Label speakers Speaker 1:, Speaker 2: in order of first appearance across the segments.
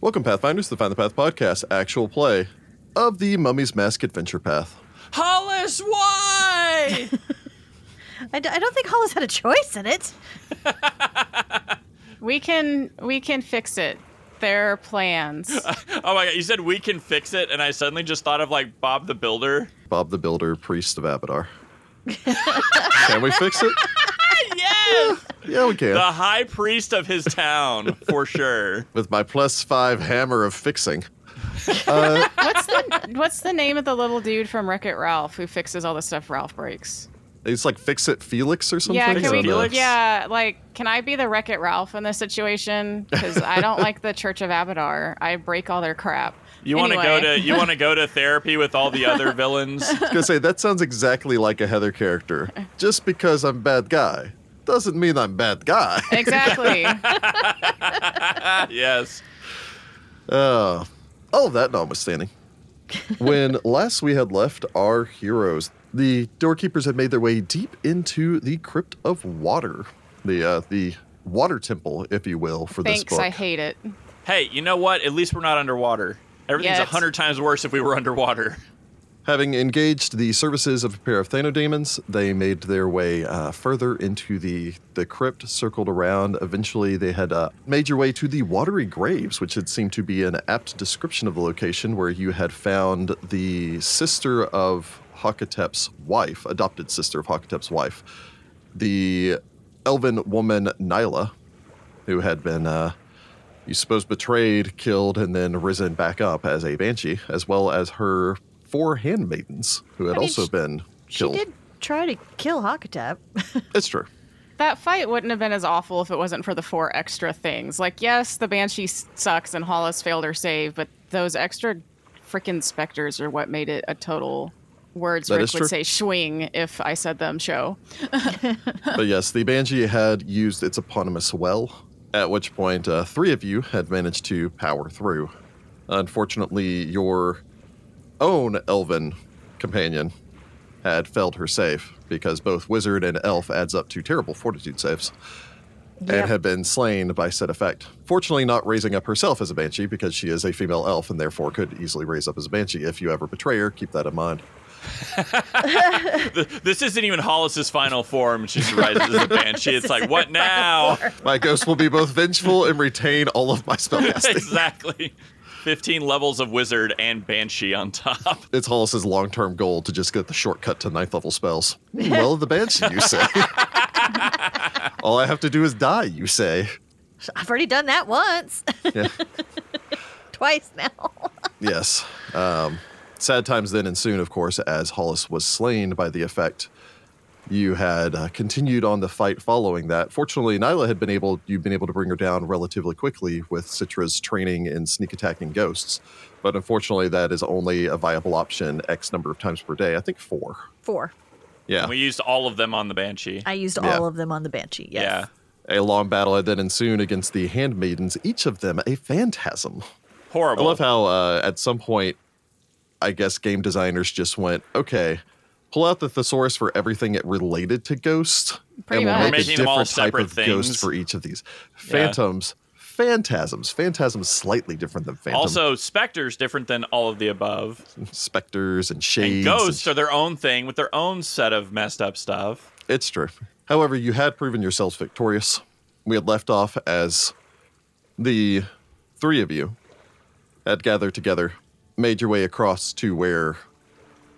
Speaker 1: Welcome, Pathfinders, to the Find the Path podcast, actual play of the Mummy's Mask Adventure Path.
Speaker 2: Hollis, why?
Speaker 3: I, d- I don't think Hollis had a choice in it.
Speaker 4: We can we can fix it. There are plans.
Speaker 2: oh my god, you said we can fix it, and I suddenly just thought of like Bob the Builder.
Speaker 1: Bob the Builder, priest of Abadar. can we fix it?
Speaker 2: yes!
Speaker 1: Yeah, we can.
Speaker 2: The high priest of his town, for sure.
Speaker 1: With my plus five hammer of fixing.
Speaker 4: What's the what's the name of the little dude from Wreck It Ralph who fixes all the stuff Ralph breaks?
Speaker 1: It's like Fix It Felix or something.
Speaker 4: yeah,
Speaker 1: I
Speaker 4: can we?
Speaker 1: don't know.
Speaker 2: Felix?
Speaker 4: Yeah, like can I be the Wreck It Ralph in this situation? Because I don't like the Church of Abadar. I break all their crap.
Speaker 2: You want to go
Speaker 4: Anyway.
Speaker 2: to you want to go to therapy with all the other villains?
Speaker 1: I was gonna say that sounds exactly like a Heather character. Just because I'm bad guy doesn't mean I'm bad guy.
Speaker 4: exactly.
Speaker 2: Ah, yes.
Speaker 1: Uh, all of that notwithstanding, when last we had left our heroes, the doorkeepers had made their way deep into the crypt of water, the uh, the water temple, if you will, for this
Speaker 4: Thanks.
Speaker 1: book.
Speaker 4: I hate it.
Speaker 2: Hey, you know what? At least we're not underwater. Everything's a
Speaker 4: Yeah, it's-
Speaker 2: hundred times worse if we were underwater.
Speaker 1: Having engaged the services of a pair of Thanodemons, they made their way uh, further into the, the crypt, circled around. Eventually, they had uh, made your way to the Watery Graves, which had seemed to be an apt description of the location where you had found the sister of Hakatep's wife, adopted sister of Hakatep's wife, the elven woman Nyla, who had been uh, you suppose betrayed, killed, and then risen back up as a banshee, as well as her four handmaidens who had
Speaker 3: I mean,
Speaker 1: also
Speaker 3: sh-
Speaker 1: been
Speaker 3: She
Speaker 1: killed.
Speaker 3: did try to kill Hakatep.
Speaker 1: It's true.
Speaker 4: That fight wouldn't have been as awful if it wasn't for the four extra things. Like, yes, the Banshee s- sucks and Hollis failed her save, but those extra freaking specters are what made it a total. Words
Speaker 1: That
Speaker 4: Rick
Speaker 1: is
Speaker 4: would
Speaker 1: true.
Speaker 4: say swing if I said them show.
Speaker 1: But yes, the banshee had used its eponymous well, at which point uh, three of you had managed to power through. Unfortunately, your own elven companion had failed her save because both wizard and elf adds up to terrible fortitude saves. and
Speaker 3: Yep.
Speaker 1: had been slain by said effect. Fortunately, not raising up herself as a banshee because she is a female elf and therefore could easily raise up as a banshee if you ever betray her. Keep that in mind.
Speaker 2: Th- This isn't even Hollis's final form. She just rises as a banshee. It's like, what now?
Speaker 1: My ghost will be both vengeful and retain all of my spellcasting.
Speaker 2: exactly. 15 levels of wizard and banshee on top.
Speaker 1: It's Hollis's long-term goal to just get the shortcut to ninth level spells. Hmm, Well, the banshee, you say. all I have to do is die, you say.
Speaker 3: I've already done that once,
Speaker 1: Yeah.
Speaker 3: twice now.
Speaker 1: Yes. Um, sad times then ensued, of course, as Hollis was slain by the effect. You had uh, continued on the fight following that. Fortunately, Nyla had been able you'd been able to bring her down relatively quickly with Citra's training in sneak attacking ghosts, but unfortunately, that is only a viable option X number of times per day. I think four.
Speaker 3: Four.
Speaker 1: Yeah.
Speaker 2: We used all of them on the banshee.
Speaker 3: I used
Speaker 1: Yeah.
Speaker 3: all of them on the banshee. Yes.
Speaker 2: Yeah.
Speaker 1: a long battle had then ensued against the handmaidens, each of them a phantasm. I
Speaker 2: Horrible.
Speaker 1: love how uh, at some point, I guess game designers just went, okay, pull out the thesaurus for everything it related to ghosts,
Speaker 4: Pretty
Speaker 1: and
Speaker 4: much.
Speaker 1: we'll
Speaker 4: We're
Speaker 1: make a
Speaker 2: making them all
Speaker 1: different type
Speaker 2: separate
Speaker 1: of ghost
Speaker 2: things.
Speaker 1: for each of these.
Speaker 2: Yeah.
Speaker 1: Phantoms, phantasms, phantasms slightly different than phantom.
Speaker 2: also, specters different than all of the above.
Speaker 1: specters and shades.
Speaker 2: And
Speaker 1: and
Speaker 2: ghosts are their own thing with their own set of messed up stuff.
Speaker 1: It's true. However, you had proven yourselves victorious. We had left off as the three of you had gathered together, made your way across to where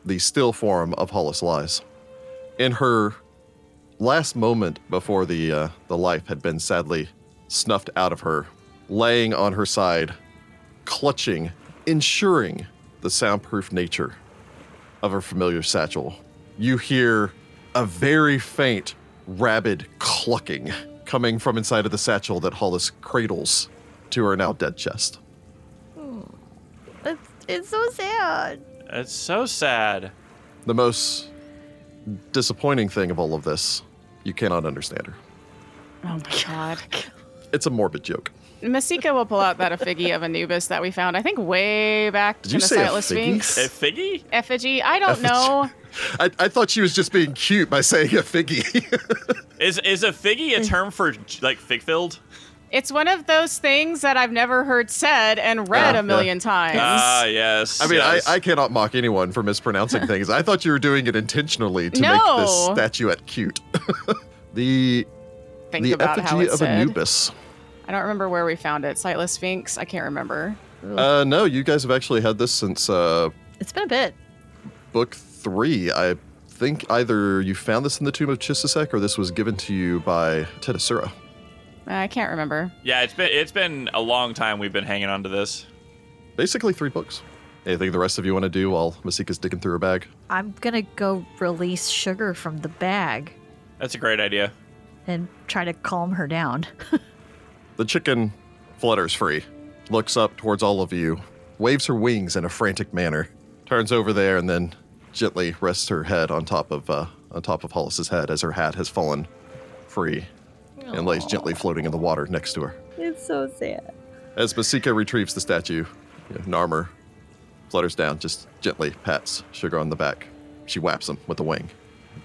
Speaker 1: the still form of Hollis lies. In her last moment before the uh, the life had been sadly snuffed out of her, laying on her side, clutching, ensuring the soundproof nature of her familiar satchel, you hear a very faint, rabid clucking coming from inside of the satchel that Hollis cradles to her now dead chest.
Speaker 3: It's, it's so sad.
Speaker 2: It's so sad.
Speaker 1: The most disappointing thing of all of this, you cannot understand her.
Speaker 4: Oh my god.
Speaker 1: It's a morbid joke.
Speaker 4: Masika will pull out that effigy of Anubis that we found, I think, way back
Speaker 1: Did
Speaker 4: in
Speaker 1: you
Speaker 4: the
Speaker 1: say
Speaker 4: Sightless
Speaker 1: effigy?
Speaker 4: Sphinx.
Speaker 2: A figgy?
Speaker 4: effigy. I don't
Speaker 1: Effigy.
Speaker 4: know.
Speaker 1: I, I thought she was just being cute by saying a figgy.
Speaker 2: Is is a figgy a term for like fig filled?
Speaker 4: It's one of those things that I've never heard said and read
Speaker 1: Yeah, Uh,
Speaker 4: a million times.
Speaker 2: Ah, yes.
Speaker 1: I mean,
Speaker 2: yes.
Speaker 1: I, I cannot mock anyone for mispronouncing things. I thought you were doing it intentionally to make this
Speaker 4: No.
Speaker 1: statuette cute. the
Speaker 4: Think
Speaker 1: the
Speaker 4: about how
Speaker 1: effigy
Speaker 4: it's
Speaker 1: of
Speaker 4: said.
Speaker 1: Anubis.
Speaker 4: I don't remember where we found it. Sightless Sphinx. I can't remember.
Speaker 1: Uh, no, you guys have actually had this since uh,
Speaker 3: It's been a bit.
Speaker 1: book three. I think either you found this in the tomb of Chisisek or this was given to you by Tedasura.
Speaker 4: Uh, I can't remember.
Speaker 2: yeah, it's been it's been a long time we've been hanging on to this.
Speaker 1: Basically, three books. Anything the rest of you want to do while Masika's digging through her bag?
Speaker 3: I'm gonna go release sugar from the bag
Speaker 2: That's a great idea.
Speaker 3: and try to calm her down.
Speaker 1: The chicken flutters free, looks up towards all of you, waves her wings in a frantic manner, turns over there, and then gently rests her head on top of uh, on top of Hollis's head as her hat has fallen free and lays gently floating in the water next to her.
Speaker 5: It's so sad.
Speaker 1: As Masika retrieves the statue, you know, Narmer flutters down, just gently pats Sugar on the back. She whaps him with a wing.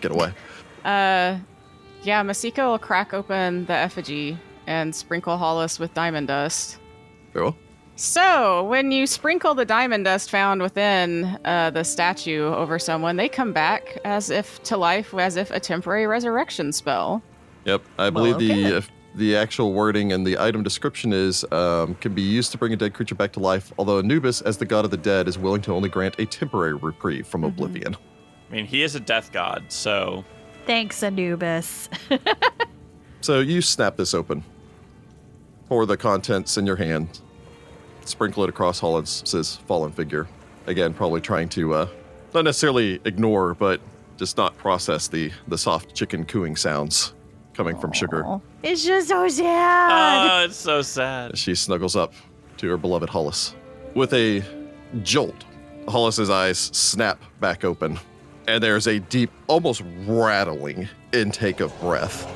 Speaker 1: Get away.
Speaker 4: Yeah, Masika will crack open the effigy and sprinkle Hollis with diamond dust.
Speaker 1: Very well.
Speaker 4: So, when you sprinkle the diamond dust found within uh, the statue over someone, they come back as if to life, as if a temporary resurrection spell.
Speaker 1: Yep, I believe the if the actual wording and the item description is um, can be used to bring a dead creature back to life. Although Anubis, as the god of the dead, is willing to only grant a temporary reprieve from oblivion.
Speaker 2: I mean, he is a death god, so
Speaker 3: Thanks, Anubis.
Speaker 1: So you snap this open, pour the contents in your hand, sprinkle it across Hollis's fallen figure. Again, probably trying to uh, not necessarily ignore, but just not process the the soft chicken cooing sounds coming from Sugar.
Speaker 3: It's just so sad.
Speaker 2: oh, it's so sad.
Speaker 1: She snuggles up to her beloved Hollis. With a jolt, Hollis's eyes snap back open, and there's a deep, almost rattling intake of breath.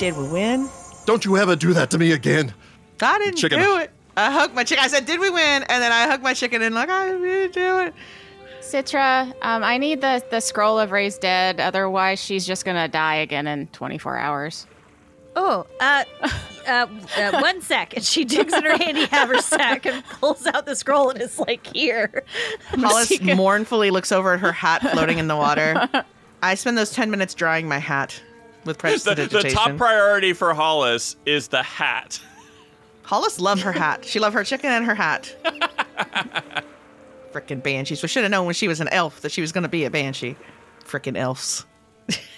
Speaker 5: Did we win?
Speaker 1: Don't you ever do that to me again?
Speaker 5: I didn't
Speaker 1: Chicken.
Speaker 5: do it. I hugged my chicken. I said, "Did we win?" And then I hugged my chicken and like, I didn't do it.
Speaker 4: Citra, um, I need the, the scroll of Raised Dead, otherwise, she's just going to die again in 24 hours.
Speaker 3: Oh, uh, uh, uh, one sec. And she digs in her handy haversack and pulls out the scroll and is like, here.
Speaker 5: Hollis mournfully looks over at her hat floating in the water. I spend those ten minutes drying my hat with
Speaker 2: The, the
Speaker 5: prestidigitation.
Speaker 2: top priority for Hollis is the hat.
Speaker 5: Hollis loved her hat. She loved her chicken and her hat. Frickin' banshees. We should have known when she was an elf that she was going to be a banshee. Frickin' elves.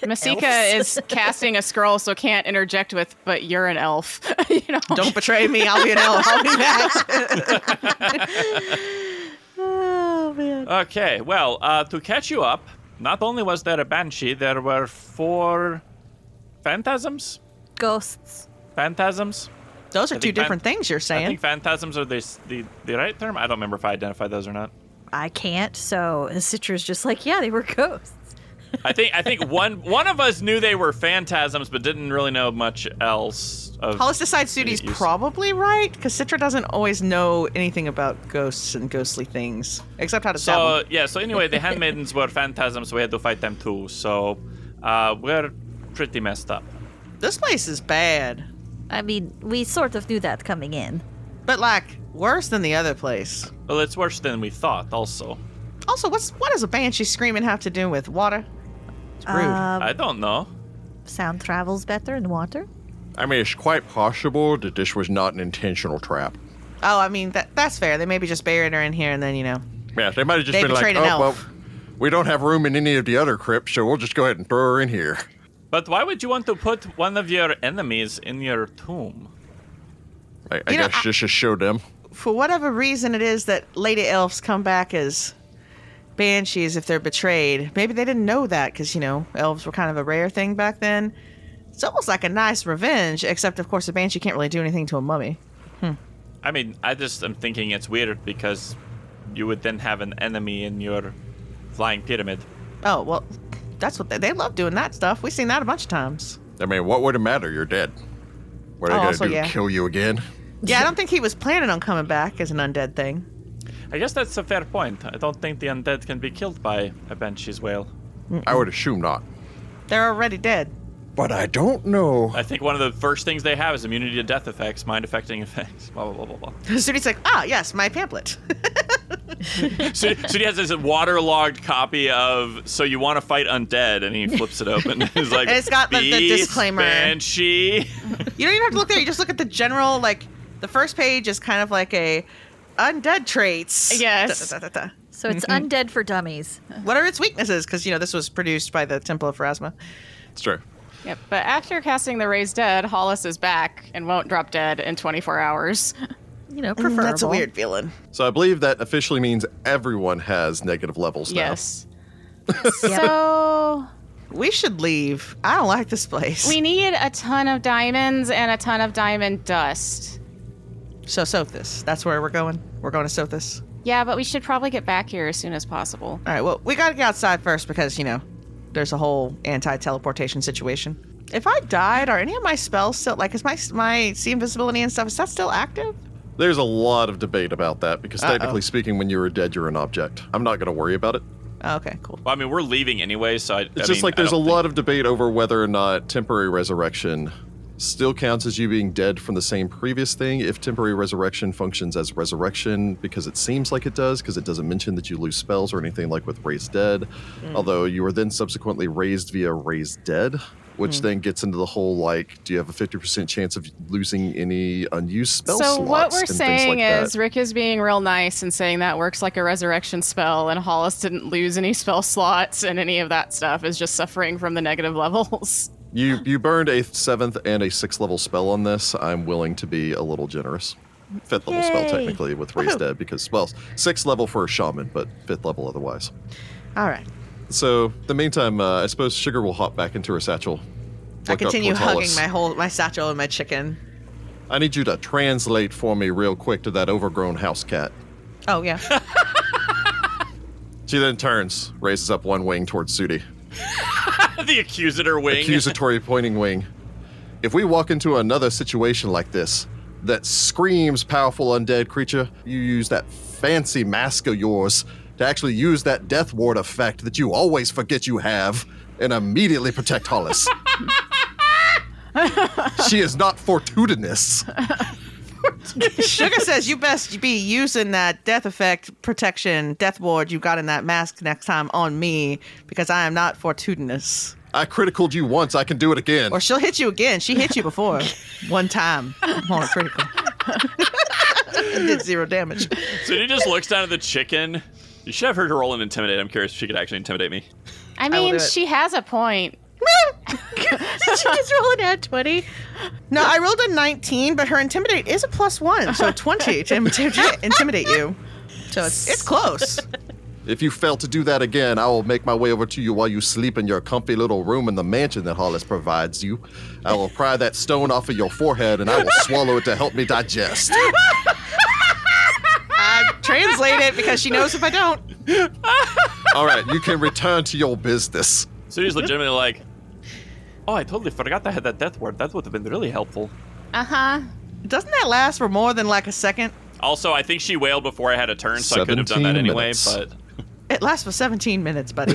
Speaker 4: Masika
Speaker 3: Elves.
Speaker 4: is casting a scroll, so can't interject with, but you're an elf. you know?
Speaker 5: Don't betray me. I'll be an elf. I'll be that.
Speaker 3: Oh, man.
Speaker 2: Okay, well, uh, to catch you up, not only was there a banshee, there were four phantasms.
Speaker 3: Ghosts.
Speaker 2: Phantasms.
Speaker 5: Those are
Speaker 2: I
Speaker 5: two
Speaker 2: think fan-
Speaker 5: different things you're
Speaker 2: I
Speaker 5: saying.
Speaker 2: think phantasms are the, s- the the right term. I don't remember if I identified those or not.
Speaker 3: I can't. So Citra's just like, yeah, they were ghosts.
Speaker 2: I think I think one one of us knew they were phantasms, but didn't really know much else. Of,
Speaker 5: Hollis decides Sudi's
Speaker 2: You- you-
Speaker 5: probably right because Citra doesn't always know anything about ghosts and ghostly things except how to
Speaker 2: So
Speaker 5: so,
Speaker 2: yeah. So anyway, the handmaidens were phantasms. so We had to fight them too. So uh, we're pretty messed up.
Speaker 5: This place is bad,
Speaker 3: I mean, we sort of knew that coming in.
Speaker 5: but like worse than the other place.
Speaker 2: Well, it's worse than we thought. Also,
Speaker 5: Also, what's what does a banshee screaming have to do with water? It's rude.
Speaker 3: Um,
Speaker 2: I don't know.
Speaker 3: sound travels better in water.
Speaker 1: I mean, it's quite possible that this was not an intentional trap.
Speaker 5: Oh, I mean that that's fair. They maybe just buried her in here and then you know.
Speaker 1: Yeah, they might have just
Speaker 5: They
Speaker 1: been like,
Speaker 5: betrayed
Speaker 1: oh,
Speaker 5: an
Speaker 1: well,
Speaker 5: elf."
Speaker 1: we don't have room in any of the other crypts, so we'll just go ahead and throw her in here.
Speaker 2: But why would you want to put one of your enemies in your tomb?
Speaker 1: I, I
Speaker 5: You know,
Speaker 1: guess
Speaker 5: I-
Speaker 1: just to show them.
Speaker 5: For whatever reason it is that lady elves come back as banshees if they're betrayed. Maybe they didn't know that because you know elves were kind of a rare thing back then. It's almost like a nice revenge, except of course a banshee can't really do anything to a mummy.
Speaker 2: I mean, I just am thinking it's weird because you would then have an enemy in your flying pyramid.
Speaker 5: Oh well, that's what they, they love doing that stuff. We've seen that a bunch of times.
Speaker 1: I mean, what would it matter? You're dead. What are
Speaker 5: Oh,
Speaker 1: they going
Speaker 5: also,
Speaker 1: to do?
Speaker 5: yeah.
Speaker 1: Kill you again?
Speaker 5: Yeah, I don't think he was planning on coming back as an undead thing.
Speaker 2: I guess that's a fair point. I don't think the undead can be killed by a banshee's whale.
Speaker 1: I would assume not.
Speaker 5: They're already dead.
Speaker 6: but I don't know.
Speaker 2: I think one of the first things they have is immunity to death effects, mind affecting effects, blah, blah, blah, blah, blah.
Speaker 5: Sudie's like, ah, yes, my pamphlet.
Speaker 2: So, so he has this waterlogged copy of So You Want to Fight Undead, and he flips it open. He's like,
Speaker 5: And it's got the- the
Speaker 2: "Beast,
Speaker 5: disclaimer."
Speaker 2: Banshee.
Speaker 5: you don't even have to look there. You just look at the general, like, the first page is kind of like a undead traits.
Speaker 4: Yes.
Speaker 5: Da, da, da, da, da.
Speaker 3: So it's
Speaker 2: Mm-hmm.
Speaker 3: undead for dummies.
Speaker 5: What are its weaknesses? Because, you know, this was produced by the Temple of Pharasma.
Speaker 1: It's true.
Speaker 4: Yep. But after casting the raise dead, Hollis is back and won't drop dead in 24 hours.
Speaker 3: You know,
Speaker 2: Mm,
Speaker 3: preferable.
Speaker 5: Mm, That's a weird feeling.
Speaker 1: So I believe that officially means everyone has negative levels now.
Speaker 4: Yes. so
Speaker 5: We should leave. I don't like this place.
Speaker 4: we need a ton of diamonds and a ton of diamond dust.
Speaker 5: so Sothis. That's where we're going. We're going to Sothis.
Speaker 4: Yeah, but we should probably get back here as soon as possible.
Speaker 5: All right. Well, we gotta get outside first because you know there's a whole anti-teleportation situation. If I died, are any of my spells still like is my my see invisibility and stuff is that still active?
Speaker 1: There's a lot of debate about that because technically speaking, when you were dead, you're an object. I'm not going to worry about it.
Speaker 5: Oh, okay, cool.
Speaker 2: Well, I mean, we're leaving anyway, so I,
Speaker 1: It's just like there's a lot of debate over whether or not temporary resurrection still counts as you being dead from the same previous thing if temporary resurrection functions as resurrection because it seems like it does because it doesn't mention that you lose spells or anything like with raised dead
Speaker 4: Mm.
Speaker 1: although you were then subsequently raised via raised dead which
Speaker 4: Mm.
Speaker 1: then gets into the whole like do you have a 50% chance of losing any unused spell
Speaker 4: so
Speaker 1: slots
Speaker 4: what we're
Speaker 1: and things
Speaker 4: saying
Speaker 1: like
Speaker 4: is
Speaker 1: that.
Speaker 4: Rick is being real nice and saying that works like a resurrection spell, and Hollis didn't lose any spell slots and any of that stuff is just suffering from the negative levels.
Speaker 1: you you burned a 7th and a 6th level spell on this i'm willing to be a little generous fifth level spell
Speaker 3: Yay.
Speaker 1: technically with raised
Speaker 5: Woohoo.
Speaker 1: dead because well sixth level for a shaman but fifth level otherwise
Speaker 5: All right.
Speaker 1: so the meantime uh, i suppose sugar will hop back into her satchel look
Speaker 5: I
Speaker 1: up
Speaker 5: continue hugging
Speaker 1: Portalis.
Speaker 5: my whole my satchel and my chicken.
Speaker 1: i need you to translate for me real quick to that overgrown house cat
Speaker 5: Oh yeah.
Speaker 1: she then turns raises up one wing towards sudi
Speaker 2: of the accusator wing.
Speaker 1: accusatory pointing wing. If we walk into another situation like this that screams powerful undead creature, you use that fancy mask of yours to actually use that death ward effect that you always forget you have and immediately protect Hollis. she is not fortuitous.
Speaker 5: Sugar says you best be using that death effect protection death ward you got in that mask next time on me because I am not fortuitous.
Speaker 1: I criticaled you once, I can do it again.
Speaker 5: Or she'll hit you again. She hit you before. One time. More critical. It did zero damage.
Speaker 2: So he just looks down at the chicken. You should have heard her roll and intimidate. I'm curious if she could actually intimidate me.
Speaker 4: I
Speaker 5: will
Speaker 4: mean,
Speaker 5: do it.
Speaker 4: she has a point.
Speaker 3: Did you just roll an ad 20?
Speaker 5: No, I rolled a 19, but her intimidate is a plus one, so 20 to intimidate, intimidate you. So it's, it's close.
Speaker 1: If you fail to do that again, I will make my way over to you while you sleep in your comfy little room in the mansion that Hollis provides you. I will pry that stone off of your forehead and I will swallow it to help me digest.
Speaker 5: I translate it because she knows if I don't.
Speaker 1: All right, you can return to your business.
Speaker 2: So he's legitimately like, "Oh, I totally forgot I had that death ward. That would have been really helpful."
Speaker 4: Uh huh.
Speaker 5: Doesn't that last for more than like a second?
Speaker 2: Also, I think she wailed before I had a turn, so I could have done that
Speaker 1: 17
Speaker 2: anyway.
Speaker 1: minutes.
Speaker 2: But
Speaker 5: It lasts for 17 minutes, buddy.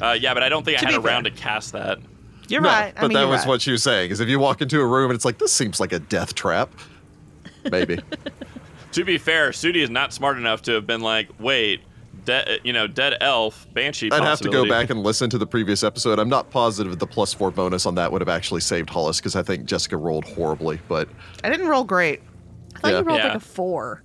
Speaker 2: uh, yeah, but I don't think
Speaker 5: To
Speaker 2: I had
Speaker 5: be
Speaker 2: a round to
Speaker 5: fair.
Speaker 2: cast that.
Speaker 5: You're
Speaker 1: No,
Speaker 5: right. I
Speaker 1: but
Speaker 5: mean,
Speaker 1: that
Speaker 5: you're
Speaker 1: was
Speaker 5: right.
Speaker 1: what she was saying. Is if you walk into a room and it's like this seems like a death trap, maybe.
Speaker 2: To be fair, Sudi is not smart enough to have been like, "Wait, de- you know, dead elf banshee."
Speaker 1: I'd have to go
Speaker 2: possibility."
Speaker 1: back and listen to the previous episode. I'm not positive the plus four bonus on that would have actually saved Hollis because I think Jessica rolled horribly, but
Speaker 5: I didn't roll great.
Speaker 3: I thought
Speaker 1: Yeah.
Speaker 3: you rolled
Speaker 2: Yeah.
Speaker 3: like a four.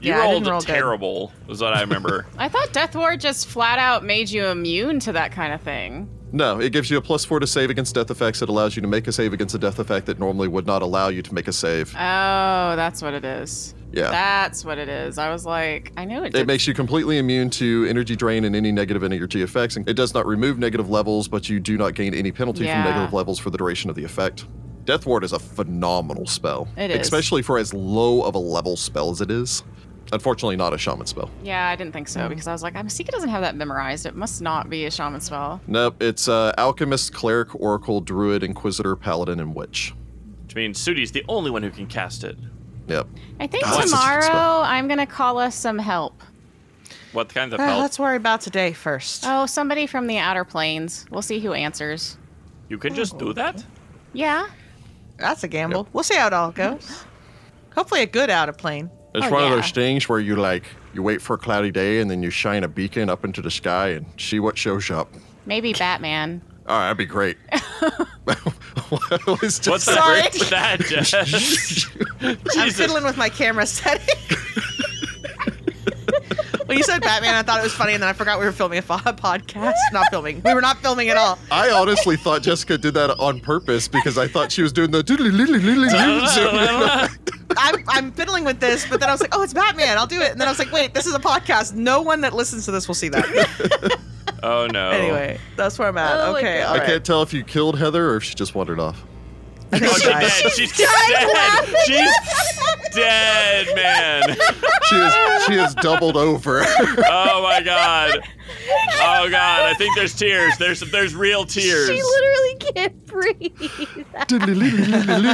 Speaker 2: You
Speaker 5: Yeah, I
Speaker 2: rolled
Speaker 5: didn't roll good.
Speaker 2: terrible, is what I remember.
Speaker 4: I thought Death Ward just flat out made you immune to that kind of thing.
Speaker 1: No, it gives you a plus four to save against death effects. It allows you to make a save against a death effect that normally would not allow you to make a save.
Speaker 4: Oh, that's what it is.
Speaker 1: Yeah.
Speaker 4: That's what it is. I was like, I knew it.
Speaker 1: It
Speaker 4: did-
Speaker 1: makes you completely immune to energy drain and any negative energy effects. And it does not remove negative levels, but you do not gain any penalty
Speaker 4: Yeah.
Speaker 1: from negative levels for the duration of the effect. Death Ward is a phenomenal spell.
Speaker 4: It is.
Speaker 1: Especially for as low of a level spell as it is. Unfortunately, not a shaman spell.
Speaker 4: Yeah, I didn't think so because I was like, I'm Masika doesn't have that memorized. It must not be a shaman spell.
Speaker 1: Nope, it's uh, Alchemist, Cleric, Oracle, Druid, Inquisitor, Paladin, and Witch.
Speaker 2: Which means Sudi's the only one who can cast it.
Speaker 1: Yep.
Speaker 4: I think
Speaker 1: God, it's such a good
Speaker 4: tomorrow
Speaker 1: spell.
Speaker 4: I'm gonna call us some help.
Speaker 2: What kinds of
Speaker 5: Uh,
Speaker 2: help?
Speaker 1: Uh,
Speaker 5: let's worry about today first.
Speaker 4: Oh, somebody from the outer planes. We'll see who answers.
Speaker 2: You can just do that?
Speaker 4: Yeah.
Speaker 5: That's a gamble. We'll see how it all goes. Hopefully, a good out of plane.
Speaker 1: It's
Speaker 4: Oh,
Speaker 1: one of
Speaker 4: yeah.
Speaker 1: those things where you like you wait for a cloudy day and then you shine a beacon up into the sky and see what shows up.
Speaker 4: Maybe Batman.
Speaker 1: All right, that'd be great. What was just
Speaker 2: What's
Speaker 1: that?
Speaker 2: the break with that, Jess?
Speaker 5: I'm
Speaker 2: Jesus.
Speaker 5: fiddling with my camera setting. when you said Batman, I thought it was funny, and then I forgot we were filming a fo- podcast. Not filming. We were not filming at all.
Speaker 1: I honestly thought Jessica did that on purpose because I thought she was doing the doodly-lily-lily-lily zoom.
Speaker 5: I'm, I'm fiddling with this, but then I was like, oh, it's Batman. I'll do it. And then I was like, wait, this is a podcast. No one that listens to this will see that.
Speaker 2: oh no.
Speaker 5: anyway, that's where I'm at.
Speaker 3: Oh my
Speaker 5: okay.
Speaker 3: God.
Speaker 5: All
Speaker 1: I
Speaker 5: right.
Speaker 1: can't tell if you killed Heather or if she just wandered off.
Speaker 5: I think
Speaker 2: Oh, she's
Speaker 5: she died.
Speaker 2: dead. She's dead. She's dead, man.
Speaker 1: She is she is doubled over.
Speaker 2: Oh my god. Oh god. I think there's tears. There's there's real tears.
Speaker 3: She literally can't breathe.
Speaker 1: Doodly-lily-lily-lily.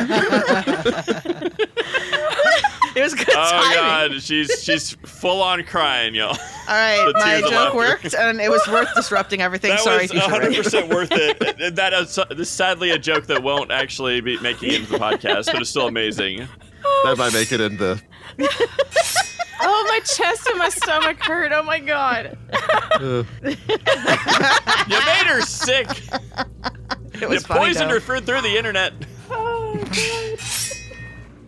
Speaker 5: It was good
Speaker 2: oh
Speaker 5: timing.
Speaker 2: god. She's she's full on crying, y'all.
Speaker 5: All right,
Speaker 2: The
Speaker 5: my
Speaker 2: tears of
Speaker 5: joke
Speaker 2: laughter.
Speaker 5: worked, and it was worth disrupting everything.
Speaker 2: That
Speaker 5: Sorry,
Speaker 2: was
Speaker 5: future Ray.
Speaker 2: 100 percent worth it. And That is, this is sadly a joke that won't actually be making it into the podcast, but it's still amazing.
Speaker 1: that might make it in the
Speaker 4: Oh, my chest and my stomach hurt. Oh my god.
Speaker 1: uh,
Speaker 2: You made her sick.
Speaker 5: It
Speaker 2: You
Speaker 5: was funny,
Speaker 2: poisoned
Speaker 5: though.
Speaker 2: her food through the internet.
Speaker 4: All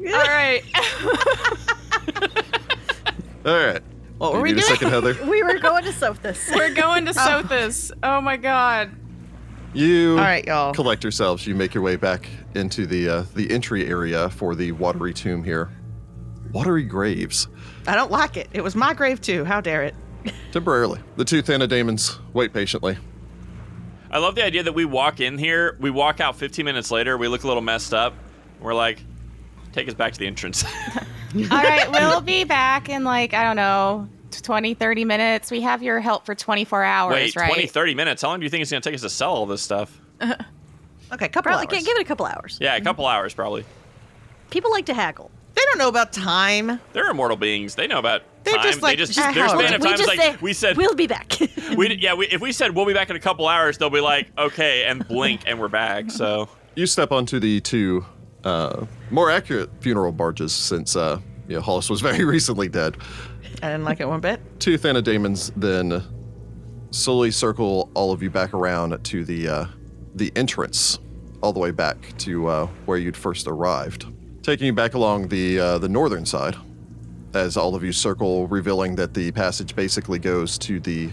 Speaker 4: right.
Speaker 1: All right.
Speaker 5: What were
Speaker 1: you
Speaker 5: we
Speaker 1: need a second,
Speaker 5: doing?
Speaker 1: Heather.
Speaker 3: we were going to soak this.
Speaker 4: We're going to Sothis. Oh my god.
Speaker 1: You
Speaker 5: All right, y'all.
Speaker 1: collect yourselves. You make your way back into the uh, the entry area for the watery tomb here. Watery graves,
Speaker 5: I don't like it. It was my grave too. How dare it?
Speaker 1: temporarily. The two Thanodamons wait patiently.
Speaker 2: I love the idea that we walk in here, we walk out 15 minutes later, we look a little messed up. We're like, take us back to the entrance.
Speaker 4: All right, we'll be back in like, I don't know, 20, 30 minutes. We have your help for 24 hours,
Speaker 2: Wait,
Speaker 4: right?
Speaker 2: 20, 30 minutes. How long do you think it's going to take us to sell all this stuff?
Speaker 5: Okay, couple
Speaker 3: Probably
Speaker 5: hours.
Speaker 3: can't give it a couple hours.
Speaker 2: Yeah, a
Speaker 5: Mm-hmm.
Speaker 2: couple hours probably.
Speaker 3: People like to haggle.
Speaker 5: they don't know about time.
Speaker 2: They're immortal beings. They know about
Speaker 5: They're
Speaker 2: time.
Speaker 5: just like,
Speaker 2: they just,
Speaker 5: "Ah,
Speaker 2: their
Speaker 5: how
Speaker 2: span
Speaker 5: old?"
Speaker 2: of
Speaker 3: we
Speaker 2: time is
Speaker 3: just
Speaker 2: like,
Speaker 3: say,
Speaker 2: we said,
Speaker 3: we'll be back.
Speaker 2: we, yeah, we, if we said, we'll be back in a couple hours, they'll be like, okay, and blink, and we're back. So,
Speaker 1: You step onto the two uh, more accurate funeral barges since uh, you know, Hollis was very recently dead.
Speaker 5: I didn't like it one bit.
Speaker 1: Two Thanodamons then slowly circle all of you back around to the uh, the entrance, all the way back to uh, where you'd first arrived, taking you back along the uh, the northern side. As all of you circle, revealing that the passage basically goes to the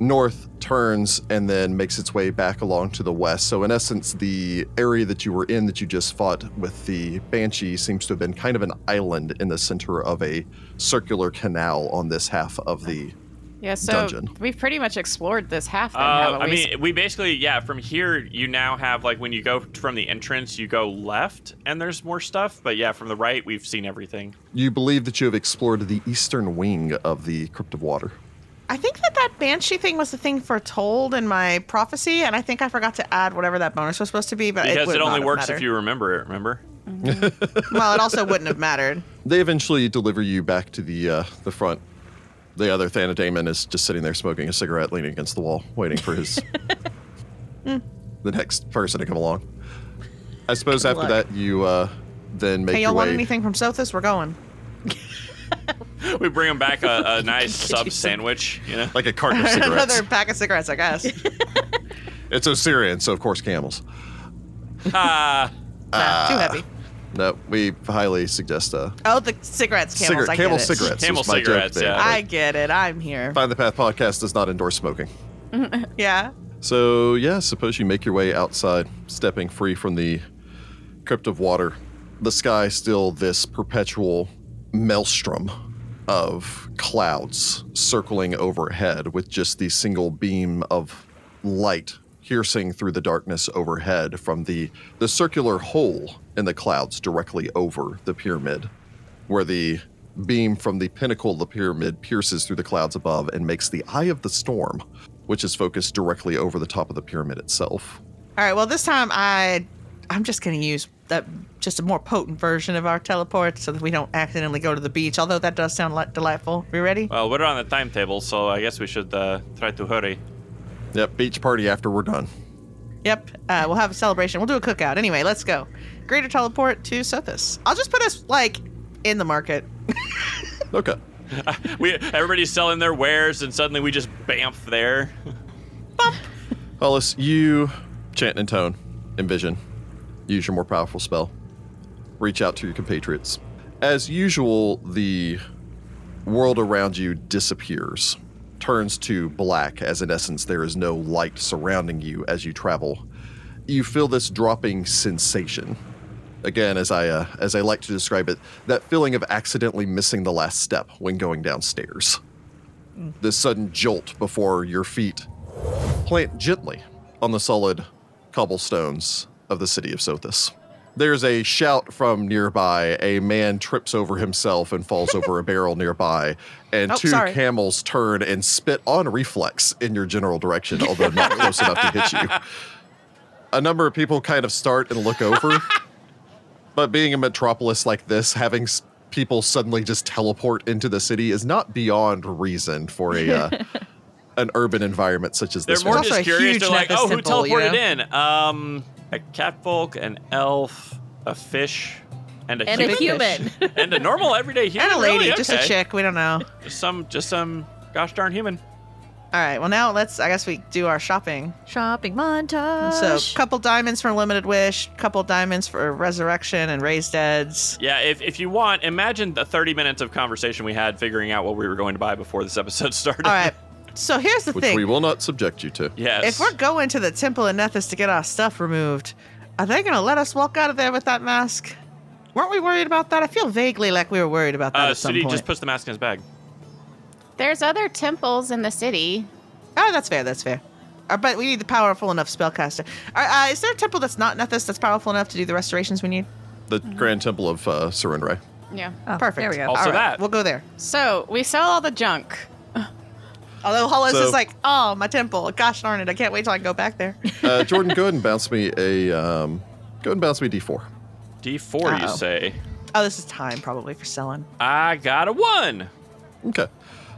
Speaker 1: north, turns, and then makes its way back along to the west. So, in essence, the area that you were in that you just fought with the Banshee seems to have been kind of an island in the center of a circular canal on this half of the
Speaker 4: Yeah, so
Speaker 1: Dungeon.
Speaker 4: we've pretty much explored this half then,
Speaker 2: uh,
Speaker 4: haven't
Speaker 2: I
Speaker 4: we?
Speaker 2: mean, we basically, yeah, from here, you now have, like, when you go from the entrance, you go left, and there's more stuff. But yeah, from the right, we've seen everything.
Speaker 1: You believe that you have explored the eastern wing of the Crypt of Water.
Speaker 5: I think that that banshee thing was the thing foretold in my prophecy, and I think I forgot to add whatever that bonus was supposed to be. But it,
Speaker 2: Because
Speaker 5: would
Speaker 2: it,
Speaker 5: not
Speaker 2: only
Speaker 5: have
Speaker 2: works if
Speaker 5: mattered.
Speaker 2: you remember it, remember?
Speaker 5: Well, it also wouldn't have mattered.
Speaker 1: They eventually deliver you back to the uh, the front. The other Thanodamon is just sitting there smoking a cigarette, leaning against the wall, waiting for his
Speaker 5: Hmm.
Speaker 1: the next person to come along. I suppose after
Speaker 5: luck.
Speaker 1: that, you uh, then make
Speaker 5: hey,
Speaker 1: your
Speaker 5: y'all
Speaker 1: way.
Speaker 5: want anything from Sothis? We're going.
Speaker 2: We bring them back a, a nice sub sandwich, you know?
Speaker 1: Like a carton of cigarettes.
Speaker 5: Another pack of cigarettes, I guess.
Speaker 1: it's Osirian, so of course camels.
Speaker 2: Ah,
Speaker 5: Nah, too
Speaker 1: Ah.
Speaker 5: heavy.
Speaker 1: No, we highly suggest uh,
Speaker 5: Oh, the cigarettes, camels.
Speaker 1: cigarette-
Speaker 5: I get
Speaker 1: camel
Speaker 5: it.
Speaker 1: cigarettes.
Speaker 2: Camel
Speaker 1: was my joke
Speaker 2: cigarettes,
Speaker 1: there.
Speaker 2: yeah.
Speaker 1: Like,
Speaker 5: I get it. I'm here.
Speaker 1: Find the Path podcast does not endorse smoking.
Speaker 5: Yeah.
Speaker 1: So, yeah, suppose you make your way outside, stepping free from the crypt of water. The sky still this perpetual maelstrom of clouds circling overhead with just the single beam of light piercing through the darkness overhead from the the circular hole in the clouds directly over the pyramid where the beam from the pinnacle of the pyramid pierces through the clouds above and makes the eye of the storm, which is focused directly over the top of the pyramid itself.
Speaker 5: All right. Well, this time I, I'm just going to use that just a more potent version of our teleport so that we don't accidentally go to the beach. Although that does sound like delightful. We ready?
Speaker 1: Uh.
Speaker 2: well, we're on the timetable, so I guess we should uh, try to hurry.
Speaker 1: Yep, beach party after we're done.
Speaker 5: Yep. Uh, we'll have a celebration. We'll do a cookout. Anyway, let's go. Greater teleport to Sothis. I'll just put us like in the market.
Speaker 1: Okay.
Speaker 2: We everybody's selling their wares, and suddenly we just bamf there.
Speaker 1: Hollis, you chant in tone, envision, use your more powerful spell, reach out to your compatriots. As usual, the world around you disappears, turns to black, as in essence, there is no light surrounding you as you travel. You feel this dropping sensation. Again, as I uh, as I like to describe it, that feeling of accidentally missing the last step when going downstairs. The sudden jolt before your feet plant gently on the solid cobblestones of the city of Sothis. There's a shout from nearby. A man trips over himself and falls over a barrel nearby, and
Speaker 5: Oh,
Speaker 1: two
Speaker 5: sorry.
Speaker 1: camels turn and spit on reflex in your general direction, although not close enough to hit you. A number of people kind of start and look over, but being a metropolis like this, having s- people suddenly just teleport into the city is not beyond reason for a uh, an urban environment such as
Speaker 2: They're
Speaker 1: this.
Speaker 2: more
Speaker 1: one.
Speaker 5: also
Speaker 2: just
Speaker 5: a
Speaker 2: curious.
Speaker 5: huge
Speaker 2: They're like,
Speaker 5: Memphis
Speaker 2: oh, who
Speaker 5: temple, you
Speaker 2: teleported
Speaker 5: know?"
Speaker 2: in? Um, a catfolk, an elf, a fish, and a
Speaker 3: And a
Speaker 2: human,
Speaker 3: human.
Speaker 2: and a normal everyday human.
Speaker 5: And a lady,
Speaker 2: really?
Speaker 5: just
Speaker 2: Okay.
Speaker 5: a chick. We don't know.
Speaker 2: Just some, just some gosh darn human.
Speaker 5: All right. Well, now let's. I guess we do our shopping.
Speaker 3: Shopping montage.
Speaker 5: So, couple diamonds for limited wish, couple diamonds for resurrection and raise deads.
Speaker 2: Yeah, if, if you want, imagine the 30 minutes of conversation we had figuring out what we were going to buy before this episode started.
Speaker 5: All right. So here's the
Speaker 1: which
Speaker 5: thing:
Speaker 1: we will not subject you to.
Speaker 2: Yes.
Speaker 5: if we're going to the temple in Nethys to get our stuff removed, are they going to let us walk out of there with that mask? Weren't we worried about that? I feel vaguely like we were worried about that
Speaker 2: uh,
Speaker 5: at some
Speaker 2: Sudi
Speaker 5: point.
Speaker 2: just puts the mask in his bag.
Speaker 4: There's other temples in the city.
Speaker 5: oh, that's fair. That's fair. Uh, but we need the powerful enough spellcaster. Uh, uh, is there a temple that's not Nethys that's powerful enough to do the restorations we need?
Speaker 1: The
Speaker 2: Mm-hmm.
Speaker 1: Grand Temple of uh, Surrendere.
Speaker 4: Yeah.
Speaker 3: Oh,
Speaker 5: Perfect.
Speaker 3: There we go.
Speaker 2: Also
Speaker 5: All right,
Speaker 2: that.
Speaker 5: We'll go there.
Speaker 4: So we sell all the junk.
Speaker 5: Although Hollis
Speaker 1: So-
Speaker 5: is like, oh, my temple. Gosh darn it. I can't wait till I can go back there.
Speaker 1: Uh, Jordan, go ahead and bounce me a um, go ahead and bounce me D four.
Speaker 2: D4, you
Speaker 5: Uh-oh.
Speaker 2: say.
Speaker 5: oh, this is time probably for selling.
Speaker 2: I got a one.
Speaker 1: Okay.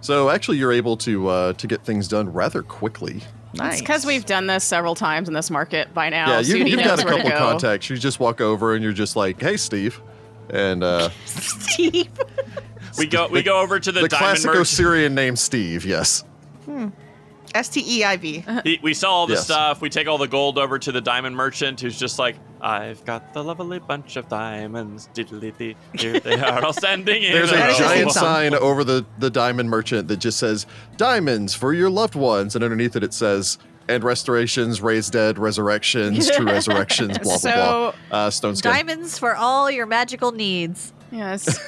Speaker 1: So actually, you're able to uh, to get things done rather quickly.
Speaker 5: Nice.
Speaker 4: It's because we've done this several times in this market by now.
Speaker 1: yeah,
Speaker 4: Oh, so
Speaker 1: you,
Speaker 4: he
Speaker 1: you've
Speaker 4: knows
Speaker 1: got a
Speaker 4: where to
Speaker 1: couple
Speaker 4: go.
Speaker 1: contacts. You just walk over and you're just like, "Hey, Steve," and uh,
Speaker 3: Steve.
Speaker 2: We go we go over to the,
Speaker 1: the
Speaker 2: diamond
Speaker 1: classic
Speaker 2: merchant.
Speaker 1: Osirian name Steve. Yes.
Speaker 5: S T E I V.
Speaker 2: He- we sell all the
Speaker 1: Yes.
Speaker 2: stuff. We take all the gold over to the diamond merchant, who's just like, I've got the lovely bunch of diamonds. Diddly-dee. Here they are, all standing in.
Speaker 1: There's a
Speaker 2: a row."
Speaker 5: That's just
Speaker 1: giant
Speaker 5: awesome.
Speaker 1: sign over the, the diamond merchant that just says "Diamonds for your loved ones," and underneath it it says "And restorations, raised dead, resurrections, true resurrections, blah blah
Speaker 4: So-
Speaker 1: blah." Uh, Stone skin.
Speaker 3: Diamonds for all your magical needs.
Speaker 4: Yes.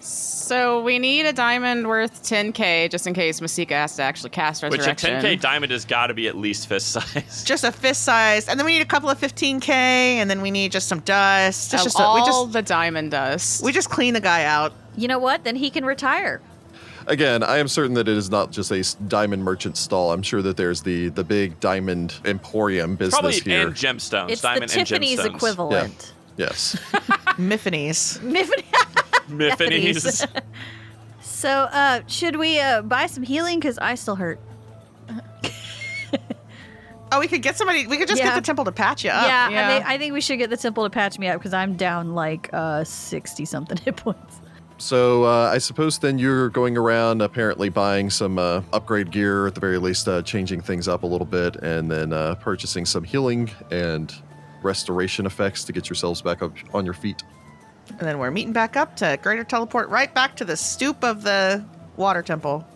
Speaker 4: so we need a diamond worth 10k just in case Masika has to actually cast
Speaker 2: Which a
Speaker 4: resurrection.
Speaker 2: 10k diamond has got to be at least fist size.
Speaker 5: Just a fist size, and then we need a couple of 15k, and then we need just some dust. It's
Speaker 4: Of
Speaker 5: just a,
Speaker 4: all
Speaker 5: we just
Speaker 4: the diamond dust.
Speaker 5: we just clean the guy out.
Speaker 3: You know what? Then he can retire.
Speaker 1: Again, I am certain that it is not just a s- diamond merchant stall. I'm sure that there's the the big diamond emporium business
Speaker 2: Probably
Speaker 1: here.
Speaker 2: and gemstones,
Speaker 3: It's
Speaker 2: diamond
Speaker 3: the Tiffany's
Speaker 2: and gemstones.
Speaker 3: equivalent.
Speaker 1: yes.
Speaker 5: Miffinies.
Speaker 3: Miffy-
Speaker 2: Miffinies.
Speaker 3: so, uh, should we uh, buy some healing? Because I still hurt.
Speaker 5: Oh, we could get somebody. We could just
Speaker 3: Yeah.
Speaker 5: get the temple to patch you up.
Speaker 3: yeah,
Speaker 4: yeah.
Speaker 3: I, think, I think we should get the temple to patch me up because I'm down like uh, 60 something hit points.
Speaker 1: So uh, I suppose then you're going around apparently buying some uh, upgrade gear at the very least, uh, changing things up a little bit, and then uh, purchasing some healing and restoration effects to get yourselves back up on your feet.
Speaker 5: And then we're meeting back up to greater teleport right back to the stoop of the water temple.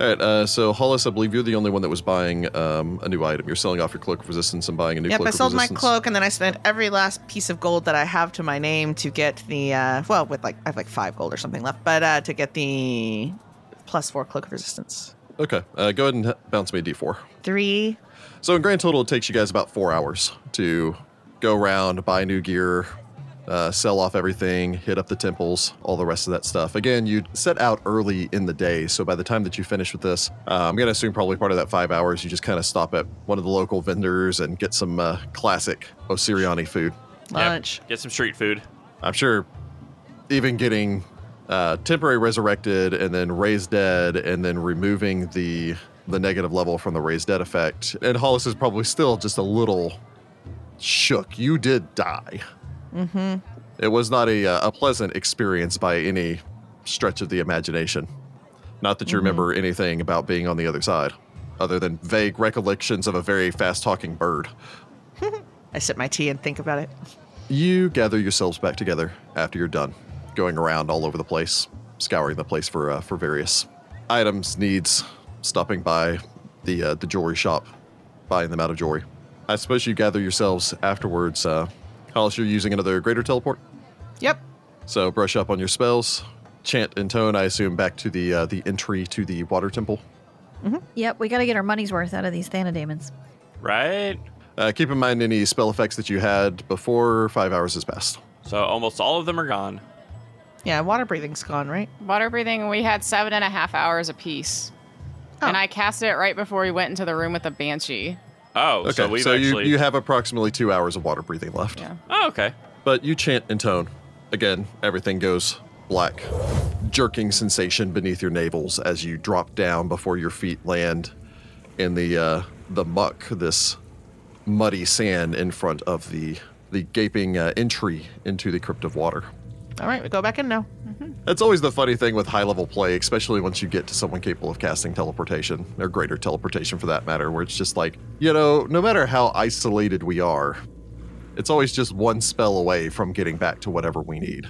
Speaker 1: All right. Uh, so Hollis, I believe you're the only one that was buying um, a new item. You're selling off your cloak of resistance and buying a new
Speaker 5: Yep,
Speaker 1: cloak
Speaker 5: I sold
Speaker 1: of
Speaker 5: my
Speaker 1: resistance.
Speaker 5: cloak, and then I spent every last piece of gold that I have to my name to get the uh, well, with like I have like five gold or something left, but uh, to get the plus four cloak of resistance.
Speaker 1: Okay. Uh, go ahead and bounce me a d4.
Speaker 5: Three.
Speaker 1: So in grand total, it takes you guys about four hours to go around, buy new gear, uh, sell off everything, hit up the temples, all the rest of that stuff. Again, you set out early in the day, so by the time that you finish with this, uh, I'm gonna assume probably part of that five hours, you just kind of stop at one of the local vendors and get some uh, classic Osiriani food.
Speaker 5: Lunch.
Speaker 2: Get some street food.
Speaker 1: I'm sure even getting uh, temporary resurrected and then raised dead and then removing the the negative level from the raised dead effect and Hollis is probably still just a little shook. You did die. It was not a, uh, a pleasant experience by any stretch of the imagination. Not that you remember anything about being on the other side, other than vague recollections of a very fast talking bird.
Speaker 5: I sip my tea and think about it.
Speaker 1: You gather yourselves back together after you're done, going around all over the place, scouring the place for uh, for various items, needs, stopping by the uh, the jewelry shop, buying them out of jewelry. I suppose you gather yourselves afterwards. Uh, unless you're using another greater teleport,
Speaker 5: Yep.
Speaker 1: so brush up on your spells, chant and tone. I assume back to the uh, the entry to the water temple.
Speaker 3: Yep, we gotta get our money's worth out of these Thanodemons.
Speaker 2: right?
Speaker 1: Uh, keep in mind any spell effects that you had before five hours has passed.
Speaker 2: So almost all of them are gone.
Speaker 5: Yeah, water breathing's gone, right?
Speaker 4: Water breathing, we had seven and a half hours apiece. And
Speaker 5: Oh.
Speaker 4: I cast it right before we went into the room with the banshee.
Speaker 2: Oh,
Speaker 1: Okay,
Speaker 2: so
Speaker 1: so,
Speaker 2: we've
Speaker 1: you,
Speaker 2: actually.
Speaker 1: you have approximately two hours of water breathing left.
Speaker 4: Yeah.
Speaker 2: oh, okay.
Speaker 1: But you chant and tone. Again, everything goes black. Jerking sensation beneath your navels as you drop down before your feet land in the uh, the muck, this muddy sand in front of the the gaping uh, entry into the crypt of water.
Speaker 5: All right, we go back in now.
Speaker 1: That's always the funny thing with high level play, especially once you get to someone capable of casting teleportation, or greater teleportation for that matter, where it's just like, you know, no matter how isolated we are, it's always just one spell away from getting back to whatever we need.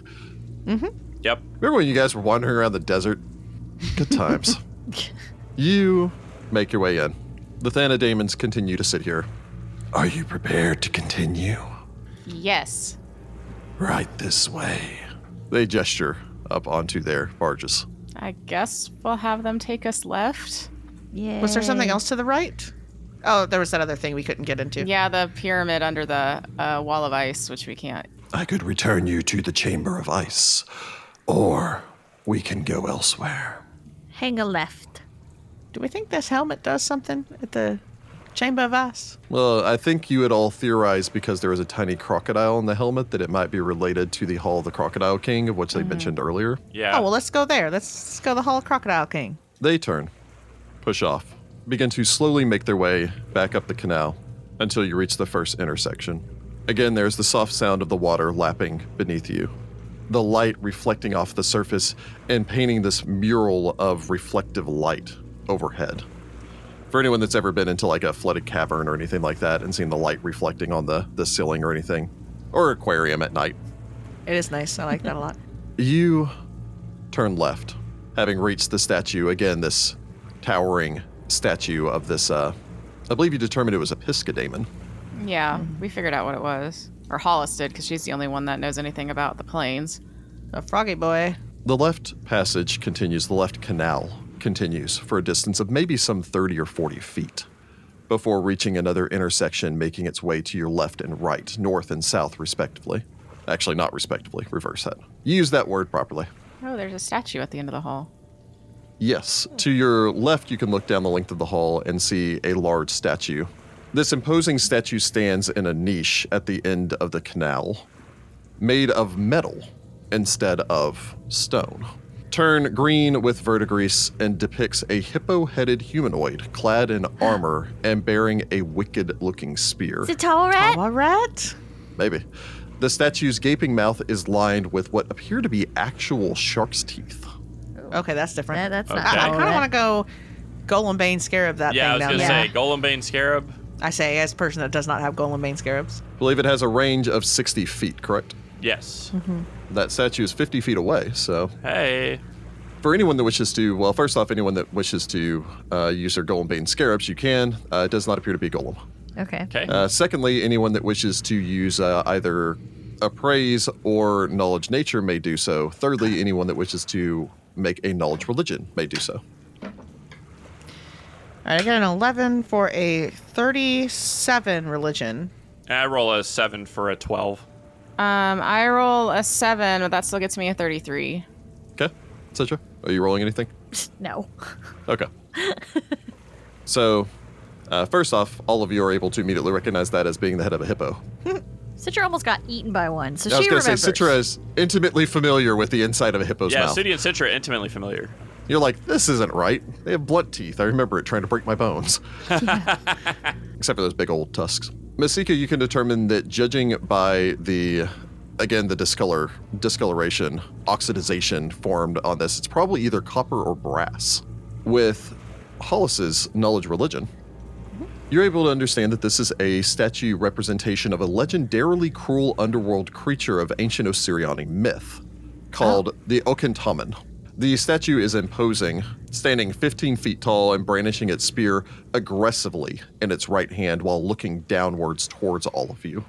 Speaker 2: Yep.
Speaker 1: Remember when you guys were wandering around the desert? Good times. you make your way in. The Thanodemons continue to sit here. Are you prepared to continue?
Speaker 4: Yes.
Speaker 1: Right this way. They gesture up onto their barges.
Speaker 4: I guess we'll have them take us left.
Speaker 3: Yeah.
Speaker 5: Was there something else to the right? Oh, there was that other thing we couldn't get into.
Speaker 4: Yeah, the pyramid under the uh, wall of ice, which we can't.
Speaker 1: I could return you to the Chamber of Ice, or we can go elsewhere.
Speaker 3: Hang a left.
Speaker 5: Do we think this helmet does something at the Chamber of Ice?
Speaker 1: Well, I think you had all theorized because there was a tiny crocodile on the helmet that it might be related to the Hall of the Crocodile King, of which they mentioned earlier.
Speaker 2: Yeah.
Speaker 5: Oh, well, let's go there. Let's, let's go to the Hall of Crocodile King.
Speaker 1: They turn, push off, begin to slowly make their way back up the canal until you reach the first intersection. Again, there's the soft sound of the water lapping beneath you, the light reflecting off the surface and painting this mural of reflective light overhead. For anyone that's ever been into like a flooded cavern or anything like that and seen the light reflecting on the, the ceiling or anything, or aquarium at night,
Speaker 5: It is nice. I like that a lot.
Speaker 1: you turn left, having reached the statue again. This towering statue of this, uh, I believe you determined it was a Piscadamon.
Speaker 4: Yeah, we figured out what it was. Or Hollis did, because she's the only one that knows anything about the planes.
Speaker 5: A froggy boy.
Speaker 1: The left passage continues. The left canal continues for a distance of maybe some thirty or forty feet before reaching another intersection, making its way to your left and right, north and south, respectively. Actually, not respectively. Reverse that. Use that word properly.
Speaker 4: Oh, there's a statue at the end of the hall.
Speaker 1: Yes. To your left, you can look down the length of the hall and see a large statue. This imposing statue stands in a niche at the end of the canal, made of metal instead of stone. Turn green with verdigris and depicts a hippo headed humanoid clad in armor and bearing a wicked looking spear.
Speaker 3: Is it tall rat?
Speaker 5: All right.
Speaker 1: Maybe. The statue's gaping mouth is lined with what appear to be actual shark's teeth.
Speaker 5: Okay, that's different.
Speaker 3: Yeah, that's not
Speaker 2: Okay.
Speaker 5: I,
Speaker 3: tall
Speaker 5: kind of
Speaker 3: rat.
Speaker 5: want to go Golem Bane Scarab that
Speaker 2: yeah, I
Speaker 5: thing
Speaker 2: was gonna
Speaker 5: down there.
Speaker 2: say Golem Bane Scarab.
Speaker 5: I say, as a person that does not have Golem Bane Scarabs.
Speaker 1: believe it has a range of 60 feet, correct?
Speaker 2: Yes.
Speaker 5: Mm-hmm.
Speaker 1: That statue is 50 feet away. So,
Speaker 2: Hey.
Speaker 1: for anyone that wishes to, well, first off, anyone that wishes to uh, use their Golem Bane Scarabs, you can. Uh, it does not appear to be Golem.
Speaker 3: Okay.
Speaker 2: Okay.
Speaker 1: Uh, secondly, anyone that wishes to use uh, either Appraise or Knowledge Nature may do so. Thirdly, anyone that wishes to make a Knowledge Religion may do so.
Speaker 5: All right, I got an 11 for a 37 religion.
Speaker 2: I roll a seven for a twelve.
Speaker 4: Um, I roll a seven, but that still gets me a 33.
Speaker 1: Okay? Citra, are you rolling anything?
Speaker 3: No.
Speaker 1: Okay. so, uh, first off, all of you are able to immediately recognize that as being the head of a hippo.
Speaker 3: Citra almost got eaten by one, so
Speaker 1: I was
Speaker 3: she
Speaker 1: going to
Speaker 3: remembers.
Speaker 1: say, Citra is intimately familiar with the inside of a hippo's
Speaker 2: yeah,
Speaker 1: mouth.
Speaker 2: Sudi and Citra are intimately familiar.
Speaker 1: You're like, this isn't right. They have blunt teeth. I remember it trying to break my bones. Except for those big old tusks. Masika, you can determine that judging by the, again, the discolor, discoloration, oxidization formed on this, it's probably either copper or brass. With Hollis's knowledge religion, you're able to understand that this is a statue representation of a legendarily cruel underworld creature of ancient Osiriani myth called the Okintamen. The statue is imposing, standing 15 feet tall and brandishing its spear aggressively in its right hand while looking downwards towards all of you.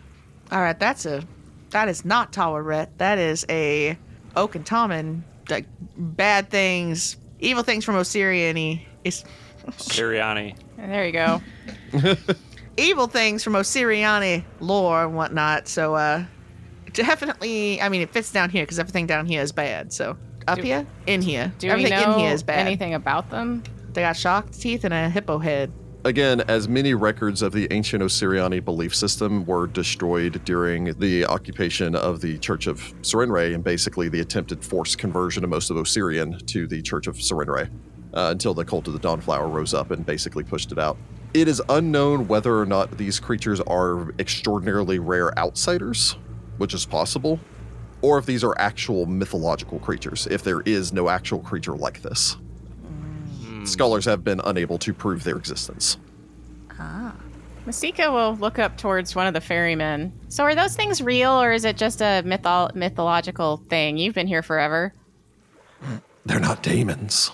Speaker 5: All right, that's a that is not Tawaret. That is a Okantaman. Like bad things, evil things from Osiriani. It's
Speaker 2: Siriani.
Speaker 4: There you go.
Speaker 5: evil things from Osiriani lore and whatnot. So uh definitely, I mean, it fits down here because everything down here is bad. So up
Speaker 4: Do-
Speaker 5: here, in here,
Speaker 4: Do
Speaker 5: everything
Speaker 4: we know
Speaker 5: in here is bad.
Speaker 4: anything about them?
Speaker 5: They got shark teeth and a hippo head.
Speaker 1: Again, as many records of the ancient Osiriani belief system were destroyed during the occupation of the Church of Serenre and basically the attempted forced conversion of most of Osirian to the Church of Serenre uh, until the cult of the Dawnflower rose up and basically pushed it out. It is unknown whether or not these creatures are extraordinarily rare outsiders, which is possible, or if these are actual mythological creatures, if there is no actual creature like this. Scholars have been unable to prove their existence.
Speaker 4: Masika will look up towards one of the ferrymen. So, are those things real, or is it just a mytho- mythological thing? You've been here forever.
Speaker 1: They're not demons.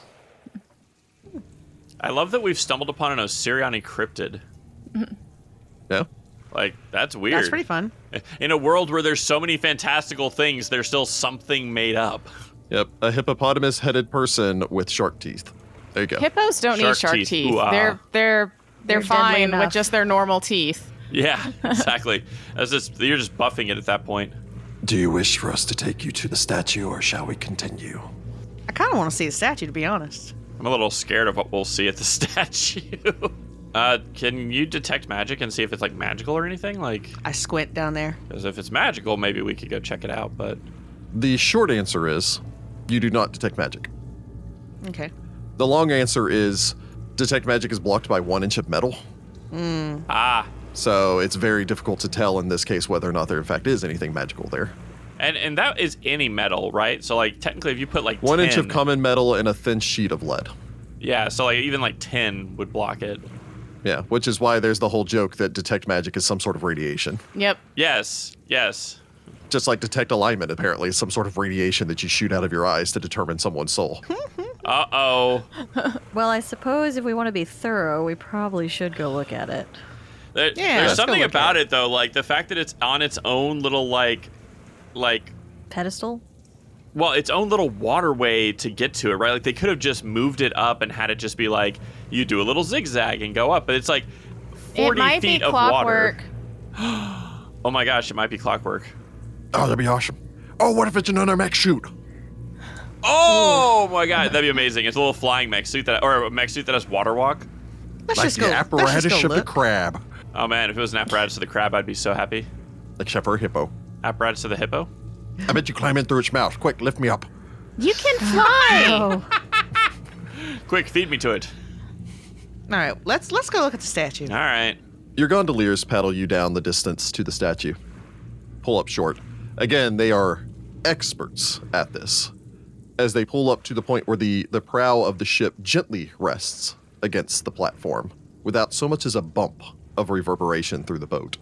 Speaker 2: I love that we've stumbled upon an Osiriani cryptid.
Speaker 1: Yeah.
Speaker 2: Like that's weird.
Speaker 5: That's pretty fun.
Speaker 2: In a world where there's so many fantastical things, there's still something made up.
Speaker 1: Yep. A hippopotamus headed person with shark teeth. There you go.
Speaker 4: Hippos don't
Speaker 2: Shark
Speaker 4: need shark
Speaker 2: teeth.
Speaker 4: teeth.
Speaker 2: Ooh, ah.
Speaker 4: They're they're
Speaker 3: They're
Speaker 4: they're
Speaker 3: deadly
Speaker 4: fine
Speaker 3: enough.
Speaker 4: with just their normal teeth.
Speaker 2: Yeah, exactly. That's just you're just buffing it at that point.
Speaker 1: Do you wish for us to take you to the statue or shall we continue?
Speaker 5: I kind of want to see the statue, to be honest.
Speaker 2: I'm a little scared of what we'll see at the statue. Uh, can you detect magic and see if it's like magical or anything? Like,
Speaker 5: I squint down there.
Speaker 2: because if it's magical, maybe we could go check it out. But
Speaker 1: The short answer is you do not detect magic.
Speaker 5: Okay.
Speaker 1: The long answer is detect magic is blocked by one inch of metal.
Speaker 2: ah,
Speaker 1: So it's very difficult to tell in this case whether or not there in fact is anything magical there.
Speaker 2: and and that is any metal, right? So like technically, if you put like
Speaker 1: One inch of
Speaker 2: 10
Speaker 1: common metal and a thin sheet of lead.
Speaker 2: yeah, so like even like ten would block it.
Speaker 1: Yeah, which is why there's the whole joke that detect magic is some sort of radiation.
Speaker 4: Yep.
Speaker 2: Yes, yes.
Speaker 1: just like detect alignment apparently is some sort of radiation that you shoot out of your eyes to determine someone's soul
Speaker 5: Hmm?
Speaker 2: Uh oh.
Speaker 3: Well, I suppose if we want to be thorough, we probably should go look at it.
Speaker 2: There,
Speaker 5: Yeah,
Speaker 2: there's
Speaker 5: let's go
Speaker 2: something
Speaker 5: look
Speaker 2: about
Speaker 5: at
Speaker 2: it. though, like the fact that it's on its own little like, like,
Speaker 3: Pedestal?
Speaker 2: well, its own little waterway to get to it, right? Like they could have just moved it up and had it just be like you do a little zigzag and go up, but it's like
Speaker 4: It
Speaker 2: forty
Speaker 4: might
Speaker 2: feet
Speaker 4: be
Speaker 2: of
Speaker 4: clockwork.
Speaker 2: water. Oh my gosh, it might be clockwork.
Speaker 1: oh that'd be awesome oh what if it's another mech shoot
Speaker 2: Oh my god, that'd be amazing! It's a little flying mech suit that, or a mech suit that has water walk.
Speaker 5: Let's
Speaker 1: like
Speaker 5: just
Speaker 1: the
Speaker 5: go. let's
Speaker 1: apparatus
Speaker 5: just go
Speaker 1: of the
Speaker 5: look.
Speaker 1: crab
Speaker 2: Oh man, if it was an apparatus of the crab, I'd be so happy.
Speaker 1: except for a hippo
Speaker 2: Apparatus of the hippo.
Speaker 1: i bet you climb in through its mouth quick lift me up
Speaker 4: You can fly.
Speaker 3: Oh,
Speaker 2: Quick, feed me to it.
Speaker 5: All right, let's let's go look at the statue.
Speaker 2: All right.
Speaker 1: your gondoliers paddle you down the distance to the statue pull up short again they are experts at this as they pull up to the point where the, the prow of the ship gently rests against the platform without so much as a bump of reverberation through the boat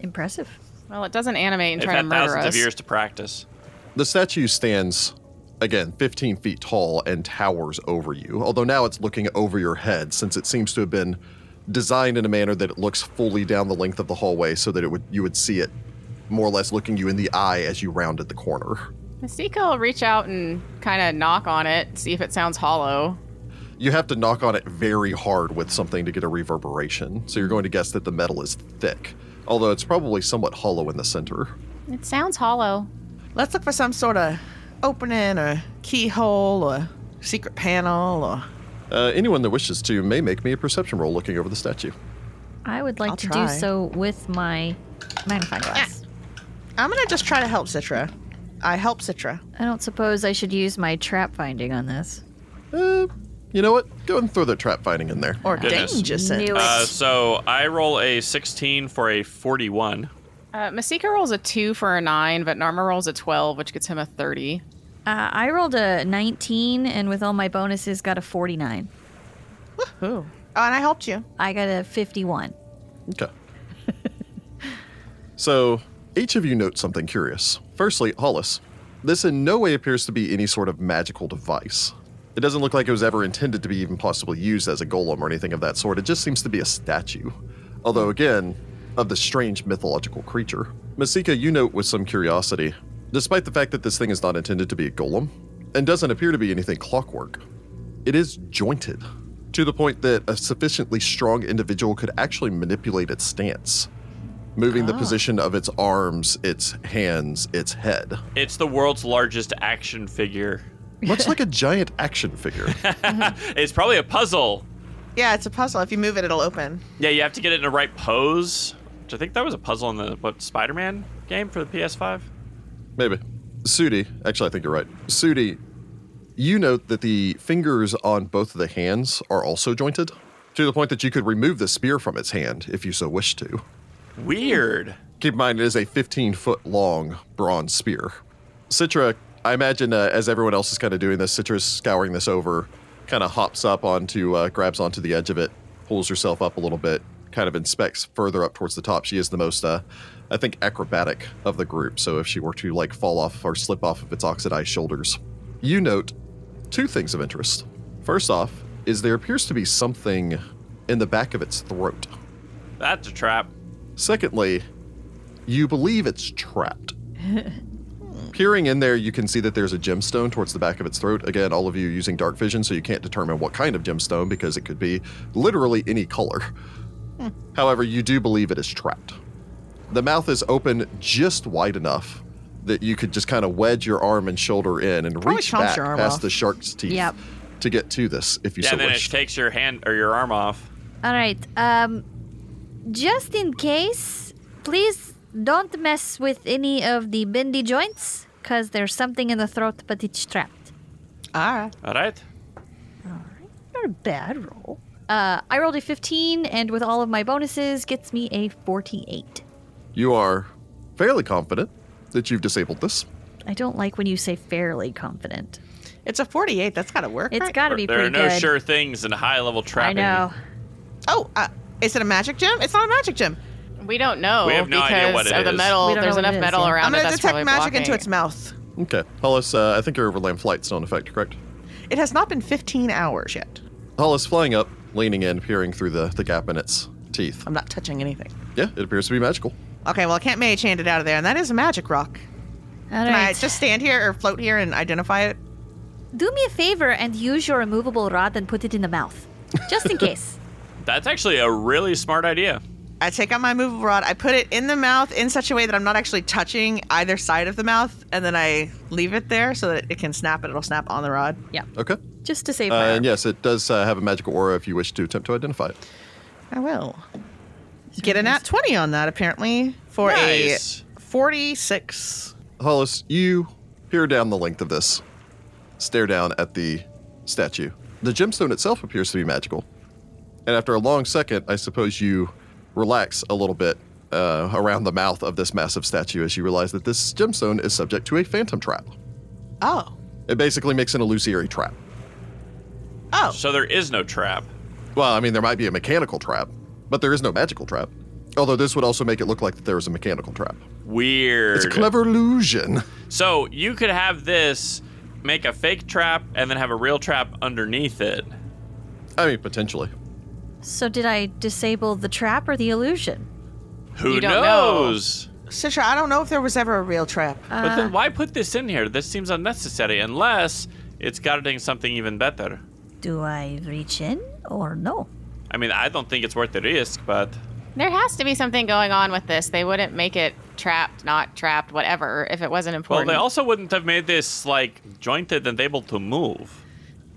Speaker 3: impressive.
Speaker 4: well, it doesn't animate and
Speaker 2: They've
Speaker 4: try to
Speaker 2: had
Speaker 4: murder
Speaker 2: thousands
Speaker 4: us.
Speaker 2: of years to practice.
Speaker 1: The statue stands, again, 15 feet tall and towers over you, although now it's looking over your head since it seems to have been designed in a manner that it looks fully down the length of the hallway so that it would you would see it more or less looking you in the eye as you rounded the corner.
Speaker 4: Masika will reach out and kind of knock on it, see if it sounds hollow.
Speaker 1: You have to knock on it very hard with something to get a reverberation, so you're going to guess that the metal is thick, although it's probably somewhat hollow in the center.
Speaker 4: It sounds hollow.
Speaker 5: Let's look for some sort of opening or keyhole or secret panel or
Speaker 1: Uh, anyone that wishes to may make me a perception roll looking over the statue.
Speaker 3: I would like
Speaker 5: I'll
Speaker 3: to do
Speaker 5: try.
Speaker 3: so with my magnifying glass.
Speaker 5: I'm gonna just try to help Citra. I help Citra.
Speaker 3: I don't suppose I should use my trap finding on this.
Speaker 1: Uh, You know what? Go and throw that trap finding in there.
Speaker 5: Or
Speaker 2: Goodness.
Speaker 5: dangerousness.
Speaker 3: Knew it.
Speaker 2: Uh, so I roll a 16 for a 41.
Speaker 4: Uh, Masika rolls a two for a nine, but Narma rolls a twelve, which gets him a thirty.
Speaker 3: Uh, I rolled a 19, and with all my bonuses, got a 49.
Speaker 5: Ooh. Oh, and I helped you.
Speaker 3: I got a 51.
Speaker 1: Okay. so each of you note something curious. Firstly, Hollis, this in no way appears to be any sort of magical device. It doesn't look like it was ever intended to be even possibly used as a golem or anything of that sort. It just seems to be a statue. Although, again, of the strange mythological creature. Masika, you note with some curiosity, despite the fact that this thing is not intended to be a golem and doesn't appear to be anything clockwork, it is jointed to the point that a sufficiently strong individual could actually manipulate its stance, moving the position of its arms, its hands, its head,
Speaker 2: It's the world's largest action figure.
Speaker 1: much like a giant action figure.
Speaker 2: It's probably a puzzle.
Speaker 5: Yeah, it's a puzzle. If you move it, it'll open.
Speaker 2: Yeah, you have to get it in the right pose. Which I think that was a puzzle in the what Spider-Man game for the PS5.
Speaker 1: Maybe. Sudi, actually, I think you're right. Sudi, you note that the fingers on both of the hands are also jointed to the point that you could remove the spear from its hand if you so wish to.
Speaker 2: Weird.
Speaker 1: Keep in mind, it is a 15 foot long bronze spear. Citra, I imagine uh, as everyone else is kind of doing this, Citra's scouring this over, kind of hops up onto, uh, grabs onto the edge of it, pulls herself up a little bit, kind of inspects further up towards the top. She is the most, uh, I think, acrobatic of the group. So if she were to like fall off or slip off of its oxidized shoulders, you note two things of interest. First off, is there appears to be something in the back of its throat.
Speaker 2: That's a trap.
Speaker 1: Secondly, you believe it's trapped. Peering in there, you can see that there's a gemstone towards the back of its throat. Again, all of you using dark vision, so you can't determine what kind of gemstone because it could be literally any color.
Speaker 5: Hmm.
Speaker 1: However, you do believe it is trapped. The mouth is open just wide enough that you could just kind of wedge your arm and shoulder in and
Speaker 5: Probably
Speaker 1: reach
Speaker 5: chomps
Speaker 1: back
Speaker 5: your arm
Speaker 1: past
Speaker 5: off.
Speaker 1: the shark's teeth
Speaker 3: Yep.
Speaker 1: to get to this if you
Speaker 2: yeah,
Speaker 1: so
Speaker 2: and then
Speaker 1: wish.
Speaker 2: it takes your hand or your arm off.
Speaker 3: All right. Um, just in case, please don't mess with any of the bendy joints, because there's something in the throat, but it's trapped.
Speaker 5: All
Speaker 3: Ah.
Speaker 5: right.
Speaker 2: All right.
Speaker 3: Not a bad roll. Uh, I rolled a 15, and with all of my bonuses, gets me a 48.
Speaker 1: you are fairly confident that you've disabled this.
Speaker 3: I don't like when you say fairly confident.
Speaker 5: It's a 48. That's got to work.
Speaker 3: It's
Speaker 5: right?
Speaker 3: got to be
Speaker 2: there
Speaker 3: pretty
Speaker 2: are no
Speaker 3: good.
Speaker 2: sure things in high-level
Speaker 3: I
Speaker 2: trapping.
Speaker 3: know.
Speaker 5: Oh, uh, is it a magic gem? It's not a magic gem.
Speaker 4: We don't know
Speaker 2: We have no
Speaker 4: because
Speaker 2: idea what it
Speaker 4: of the
Speaker 2: is.
Speaker 4: metal.
Speaker 3: We don't
Speaker 4: There's
Speaker 3: know what
Speaker 4: enough
Speaker 3: it is,
Speaker 4: metal
Speaker 3: yeah.
Speaker 4: around
Speaker 5: I'm
Speaker 4: it
Speaker 5: going to
Speaker 4: that's
Speaker 5: detect
Speaker 4: probably
Speaker 5: magic into
Speaker 4: blocking
Speaker 5: its mouth.
Speaker 1: Okay. Hollis, uh, I think your overland flight's not in effect, correct?
Speaker 5: It has not been 15 hours yet.
Speaker 1: Hollis flying up, leaning in, peering through the, the gap in its teeth.
Speaker 5: I'm not touching anything.
Speaker 1: Yeah, it appears to be magical.
Speaker 5: Okay, well, I can't mage hand it out of there, and that is a magic rock.
Speaker 3: All
Speaker 5: Can I
Speaker 3: right.
Speaker 5: just stand here or float here and identify it?
Speaker 3: Do me a favor and use your removable rod and put it in the mouth, just in case.
Speaker 2: That's actually a really smart idea.
Speaker 5: I take out my movable rod, I put it in the mouth in such a way that I'm not actually touching either side of the mouth, and then I leave it there so that it can snap and it'll snap on the rod.
Speaker 3: yeah,
Speaker 1: Okay.
Speaker 3: just to save
Speaker 1: Uh,
Speaker 3: my.
Speaker 1: and yes, it does uh, have a magical aura if you wish to attempt to identify it.
Speaker 5: I will. Get an at 20 on that, apparently, for
Speaker 2: Nice.
Speaker 5: a 46.
Speaker 1: Hollis, you peer down the length of this, stare down at the statue. The gemstone itself appears to be magical. And after a long second, I suppose you relax a little bit uh, around the mouth of this massive statue as you realize that this gemstone is subject to a phantom trap.
Speaker 5: Oh.
Speaker 1: It basically makes an illusory trap.
Speaker 5: Oh.
Speaker 2: So there is no trap.
Speaker 1: Well, I mean, there might be a mechanical trap, but there is no magical trap. Although this would also make it look like that there was a mechanical trap.
Speaker 2: Weird.
Speaker 1: It's a clever illusion.
Speaker 2: So you could have this make a fake trap and then have a real trap underneath it.
Speaker 1: I mean, potentially.
Speaker 3: So did I disable the trap or the illusion?
Speaker 2: Who
Speaker 4: You don't know.
Speaker 2: knows?
Speaker 5: Citra, I don't know if there was ever a real trap.
Speaker 2: But
Speaker 3: Uh.
Speaker 2: then why put this in here? This seems unnecessary unless it's guarding something even better.
Speaker 3: Do I reach in or no?
Speaker 2: I mean, I don't think it's worth the risk, but
Speaker 4: There has to be something going on with this. They wouldn't make it trapped, not trapped, whatever, if it wasn't
Speaker 2: well,
Speaker 4: important.
Speaker 2: they also wouldn't have made this like jointed and able to move.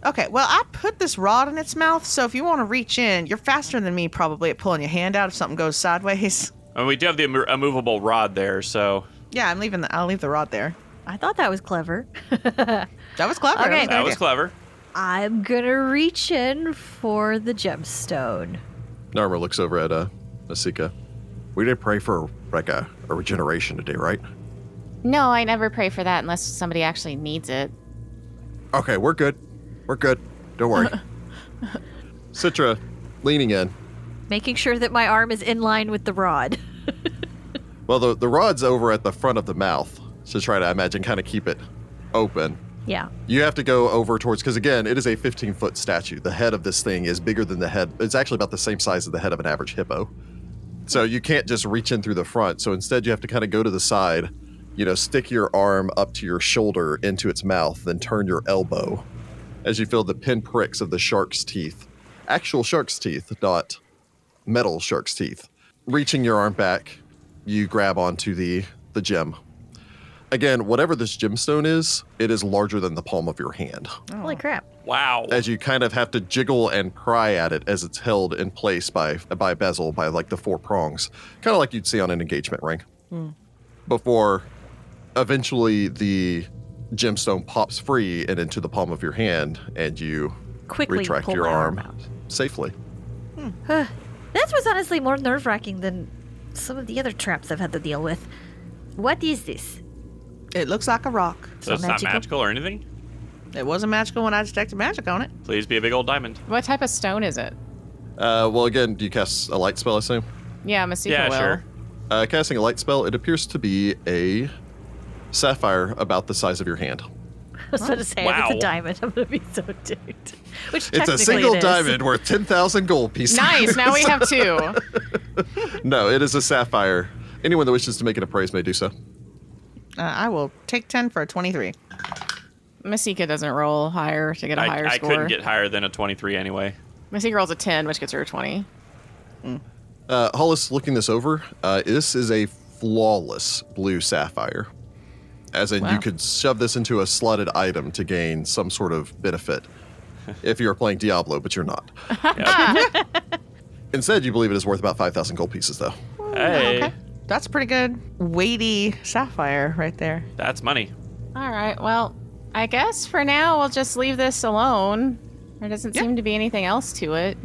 Speaker 5: Okay, well, I put this rod in its mouth, so if you want to reach in, you're faster than me probably at pulling your hand out if something goes sideways.
Speaker 2: I mean, we do have the immo- immovable rod there, so
Speaker 5: Yeah, I'm leaving the I'll leave the rod there.
Speaker 3: I thought that was clever.
Speaker 5: That was clever.
Speaker 3: Okay.
Speaker 5: That was a good
Speaker 2: that was
Speaker 5: idea.
Speaker 2: clever.
Speaker 3: I'm gonna reach in for the gemstone.
Speaker 1: Narmer looks over at uh, Masika. We did pray for like a, a regeneration today, right?
Speaker 6: No, I never pray for that unless somebody actually needs it.
Speaker 1: Okay, we're good. We're good. Don't worry. Citra, leaning in.
Speaker 3: Making sure that my arm is in line with the rod.
Speaker 1: Well, the, the rod's over at the front of the mouth to try to, I imagine, kind of keep it open.
Speaker 3: yeah.
Speaker 1: You have to go over towards, because again, it is a 15 foot statue. The head of this thing is bigger than the head. It's actually about the same size as the head of an average hippo. So you can't just reach in through the front. So instead, you have to kind of go to the side, you know, stick your arm up to your shoulder into its mouth, then turn your elbow as you feel the pinpricks of the shark's teeth. Actual shark's teeth, not metal shark's teeth. Reaching your arm back, you grab onto the the gem. Again, whatever this gemstone is, it is larger than the palm of your hand.
Speaker 3: Holy crap.
Speaker 2: Wow.
Speaker 1: As you kind of have to jiggle and pry at it as it's held in place by by a bezel by like the four prongs, kind of like you'd see on an engagement ring.
Speaker 3: Hmm.
Speaker 1: Before eventually the gemstone pops free and into the palm of your hand and you
Speaker 3: Quickly
Speaker 1: retract
Speaker 3: pull
Speaker 1: your
Speaker 3: my
Speaker 1: arm,
Speaker 3: arm out.
Speaker 1: safely.
Speaker 3: That was honestly more nerve wracking than some of the other traps I've had to deal with. What is this?
Speaker 5: It looks like a rock.
Speaker 2: so it's not
Speaker 3: magical?
Speaker 2: magical or anything?
Speaker 5: It wasn't magical when I detected magic on it.
Speaker 2: Please be a big old diamond.
Speaker 4: What type of stone is it?
Speaker 1: Uh, well, again, do you cast a light spell, I assume?
Speaker 4: Yeah, Masika
Speaker 2: yeah,
Speaker 4: will.
Speaker 2: sure.
Speaker 1: Uh, casting a light spell, it appears to be a sapphire about the size of your hand.
Speaker 3: I was about to say, if
Speaker 2: Wow.
Speaker 3: it's a diamond, I'm gonna be so ticked. Which
Speaker 1: It's
Speaker 3: technically
Speaker 1: a single
Speaker 3: it is.
Speaker 1: diamond worth 10,000 gold pieces.
Speaker 4: Nice. Now we have two.
Speaker 1: no, it is a sapphire. Anyone that wishes to make an appraise may do so.
Speaker 5: Uh, I will take 10 for a 23.
Speaker 4: Masika doesn't roll higher to get a higher
Speaker 2: I, I
Speaker 4: score.
Speaker 2: couldn't get higher than a 23 anyway.
Speaker 4: Masika rolls a ten, which gets her a twenty.
Speaker 1: Uh, Hollis, looking this over, uh, this is a flawless blue sapphire. As in, you
Speaker 4: Wow.
Speaker 1: could shove this into a slotted item to gain some sort of benefit if you're playing Diablo, but you're not.
Speaker 2: Yep.
Speaker 1: Instead, you believe it is worth about 5,000 gold pieces, though.
Speaker 2: hey,
Speaker 5: That's a pretty good weighty sapphire right there.
Speaker 2: that's money.
Speaker 4: All right. Well, I guess for now we'll just leave this alone. There doesn't seem to be anything else to it.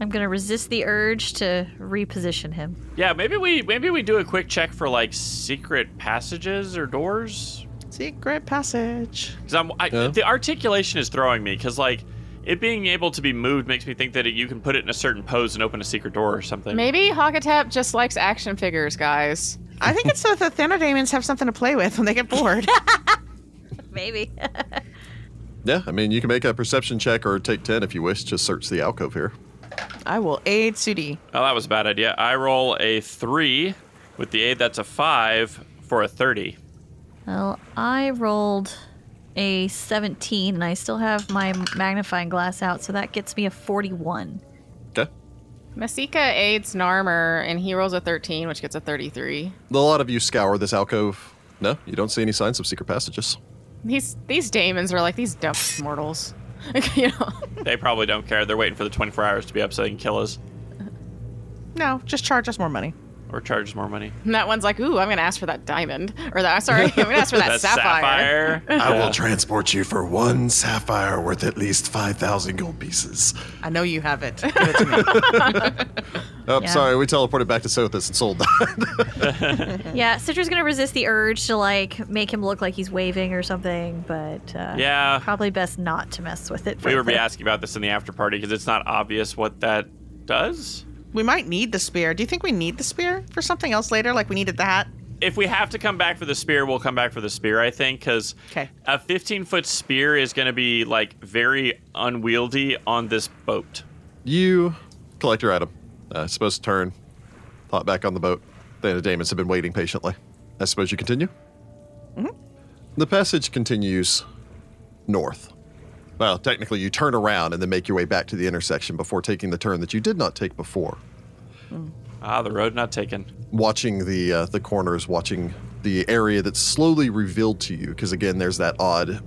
Speaker 3: I'm gonna resist the urge to reposition him.
Speaker 2: Yeah, maybe we maybe we do a quick check for like secret passages or doors.
Speaker 5: Secret passage.
Speaker 2: Because I'm I,
Speaker 1: Yeah.
Speaker 2: the articulation is throwing me. Because like it being able to be moved makes me think that it, you can put it in a certain pose and open a secret door or something.
Speaker 4: Maybe Hawkatap just likes action figures, guys.
Speaker 5: I think it's so the Thanodamons have something to play with when they get bored.
Speaker 3: Maybe.
Speaker 1: Yeah, I mean, you can make a perception check or take 10 if you wish to search the alcove here.
Speaker 5: I will aid Sudi.
Speaker 2: Oh, that was a bad idea. I roll a three with the aid. That's a five for a thirty.
Speaker 3: well, I rolled a 17 and I still have my magnifying glass out, so that gets me a 41.
Speaker 1: Okay.
Speaker 4: Masika aids Narmer, and he rolls a 13, which gets a 33.
Speaker 1: A lot of you scour this alcove. No, you don't see any signs of secret passages.
Speaker 4: These these daemons are like these dumb mortals. you know,
Speaker 2: They probably don't care. They're waiting for the 24 hours to be up so they can kill us
Speaker 5: No, just charge us more money.
Speaker 2: or charge us more money.
Speaker 4: and that one's like, ooh, I'm gonna ask for that diamond, or that sorry, I'm gonna ask for that, sapphire.
Speaker 2: Uh,
Speaker 1: I will transport you for one sapphire worth at least 5,000 gold pieces.
Speaker 5: I know you have it. Give it to me.
Speaker 1: Oh,
Speaker 3: Yeah.
Speaker 1: sorry, we teleported back to Sothis and sold that.
Speaker 3: Yeah, Citra's gonna resist the urge to like make him look like he's waving or something, but uh,
Speaker 2: Yeah.
Speaker 3: probably best not to mess with it.
Speaker 2: We were be
Speaker 3: further.
Speaker 2: asking about this in the after party because it's not obvious what that does.
Speaker 5: we might need the spear. Do you think we need the spear for something else later? Like we needed the hat?
Speaker 2: If we have to come back for the spear, we'll come back for the spear, I think, because
Speaker 5: 'Kay.
Speaker 2: a 15 foot spear is going to be like very unwieldy on this boat.
Speaker 1: you collect your item. Uh, supposed to turn, pop back on the boat. The Damons have been waiting patiently. I suppose you continue? Mm-hmm. The passage continues north. Well, technically, you turn around and then make your way back to the intersection before taking the turn that you did not take before.
Speaker 2: Ah, the road not taken.
Speaker 1: watching the uh, the corners, watching the area that's slowly revealed to you. Because again, there's that odd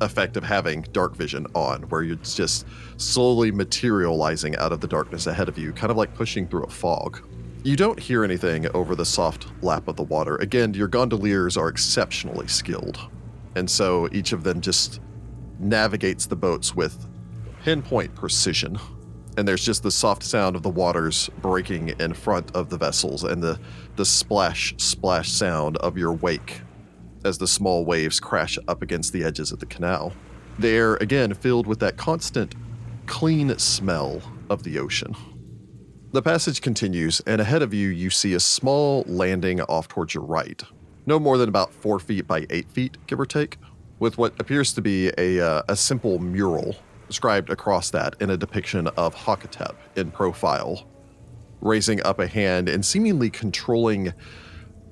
Speaker 1: effect of having dark vision on, where you're just slowly materializing out of the darkness ahead of you, kind of like pushing through a fog. You don't hear anything over the soft lap of the water. Again, your gondoliers are exceptionally skilled, and so each of them just navigates the boats with pinpoint precision. And there's just the soft sound of the waters breaking in front of the vessels and the, the splash, splash sound of your wake as the small waves crash up against the edges of the canal. They're again filled with that constant clean smell of the ocean. The passage continues, and ahead of you, you see a small landing off towards your right, no more than about four feet by eight feet, give or take, with what appears to be a, uh, a simple mural inscribed across that in a depiction of Hakatep in profile, raising up a hand and seemingly controlling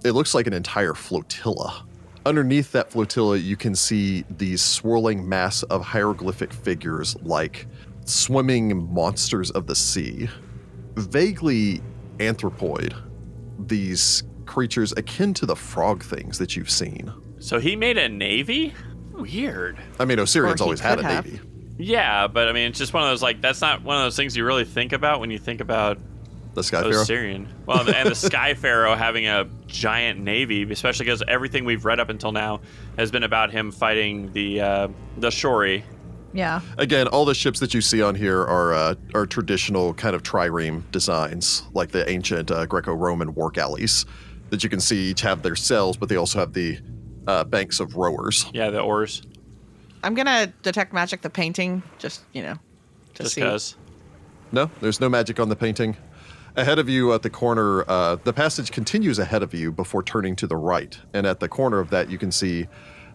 Speaker 1: it looks like an entire flotilla. Underneath that flotilla, you can see these swirling mass of hieroglyphic figures like swimming monsters of the sea. Vaguely anthropoid, these creatures akin to the frog things that you've seen.
Speaker 2: So he made a navy? Weird.
Speaker 1: I mean, Osirian's
Speaker 5: he
Speaker 1: always had a
Speaker 5: could have.
Speaker 1: navy.
Speaker 2: Yeah, but I mean, it's just one of those like that's not one of those things you really think about when you think about
Speaker 1: The Sky Pharaoh.
Speaker 2: Osirian. Well, and the Sky Pharaoh having a giant navy, especially because everything we've read up until now has been about him fighting the uh, the Shori.
Speaker 3: Yeah.
Speaker 1: Again, all the ships that you see on here are uh, are traditional kind of trireme designs, like the ancient uh, Greco-Roman war galleys that you can see each have their sails, but they also have the uh, banks of rowers.
Speaker 2: Yeah, the oars.
Speaker 5: I'm gonna detect magic the painting, just you know, to
Speaker 2: Just
Speaker 5: see.
Speaker 2: because.
Speaker 1: No, there's no magic on the painting. Ahead of you at the corner, uh, the passage continues ahead of you before turning to the right, and at the corner of that you can see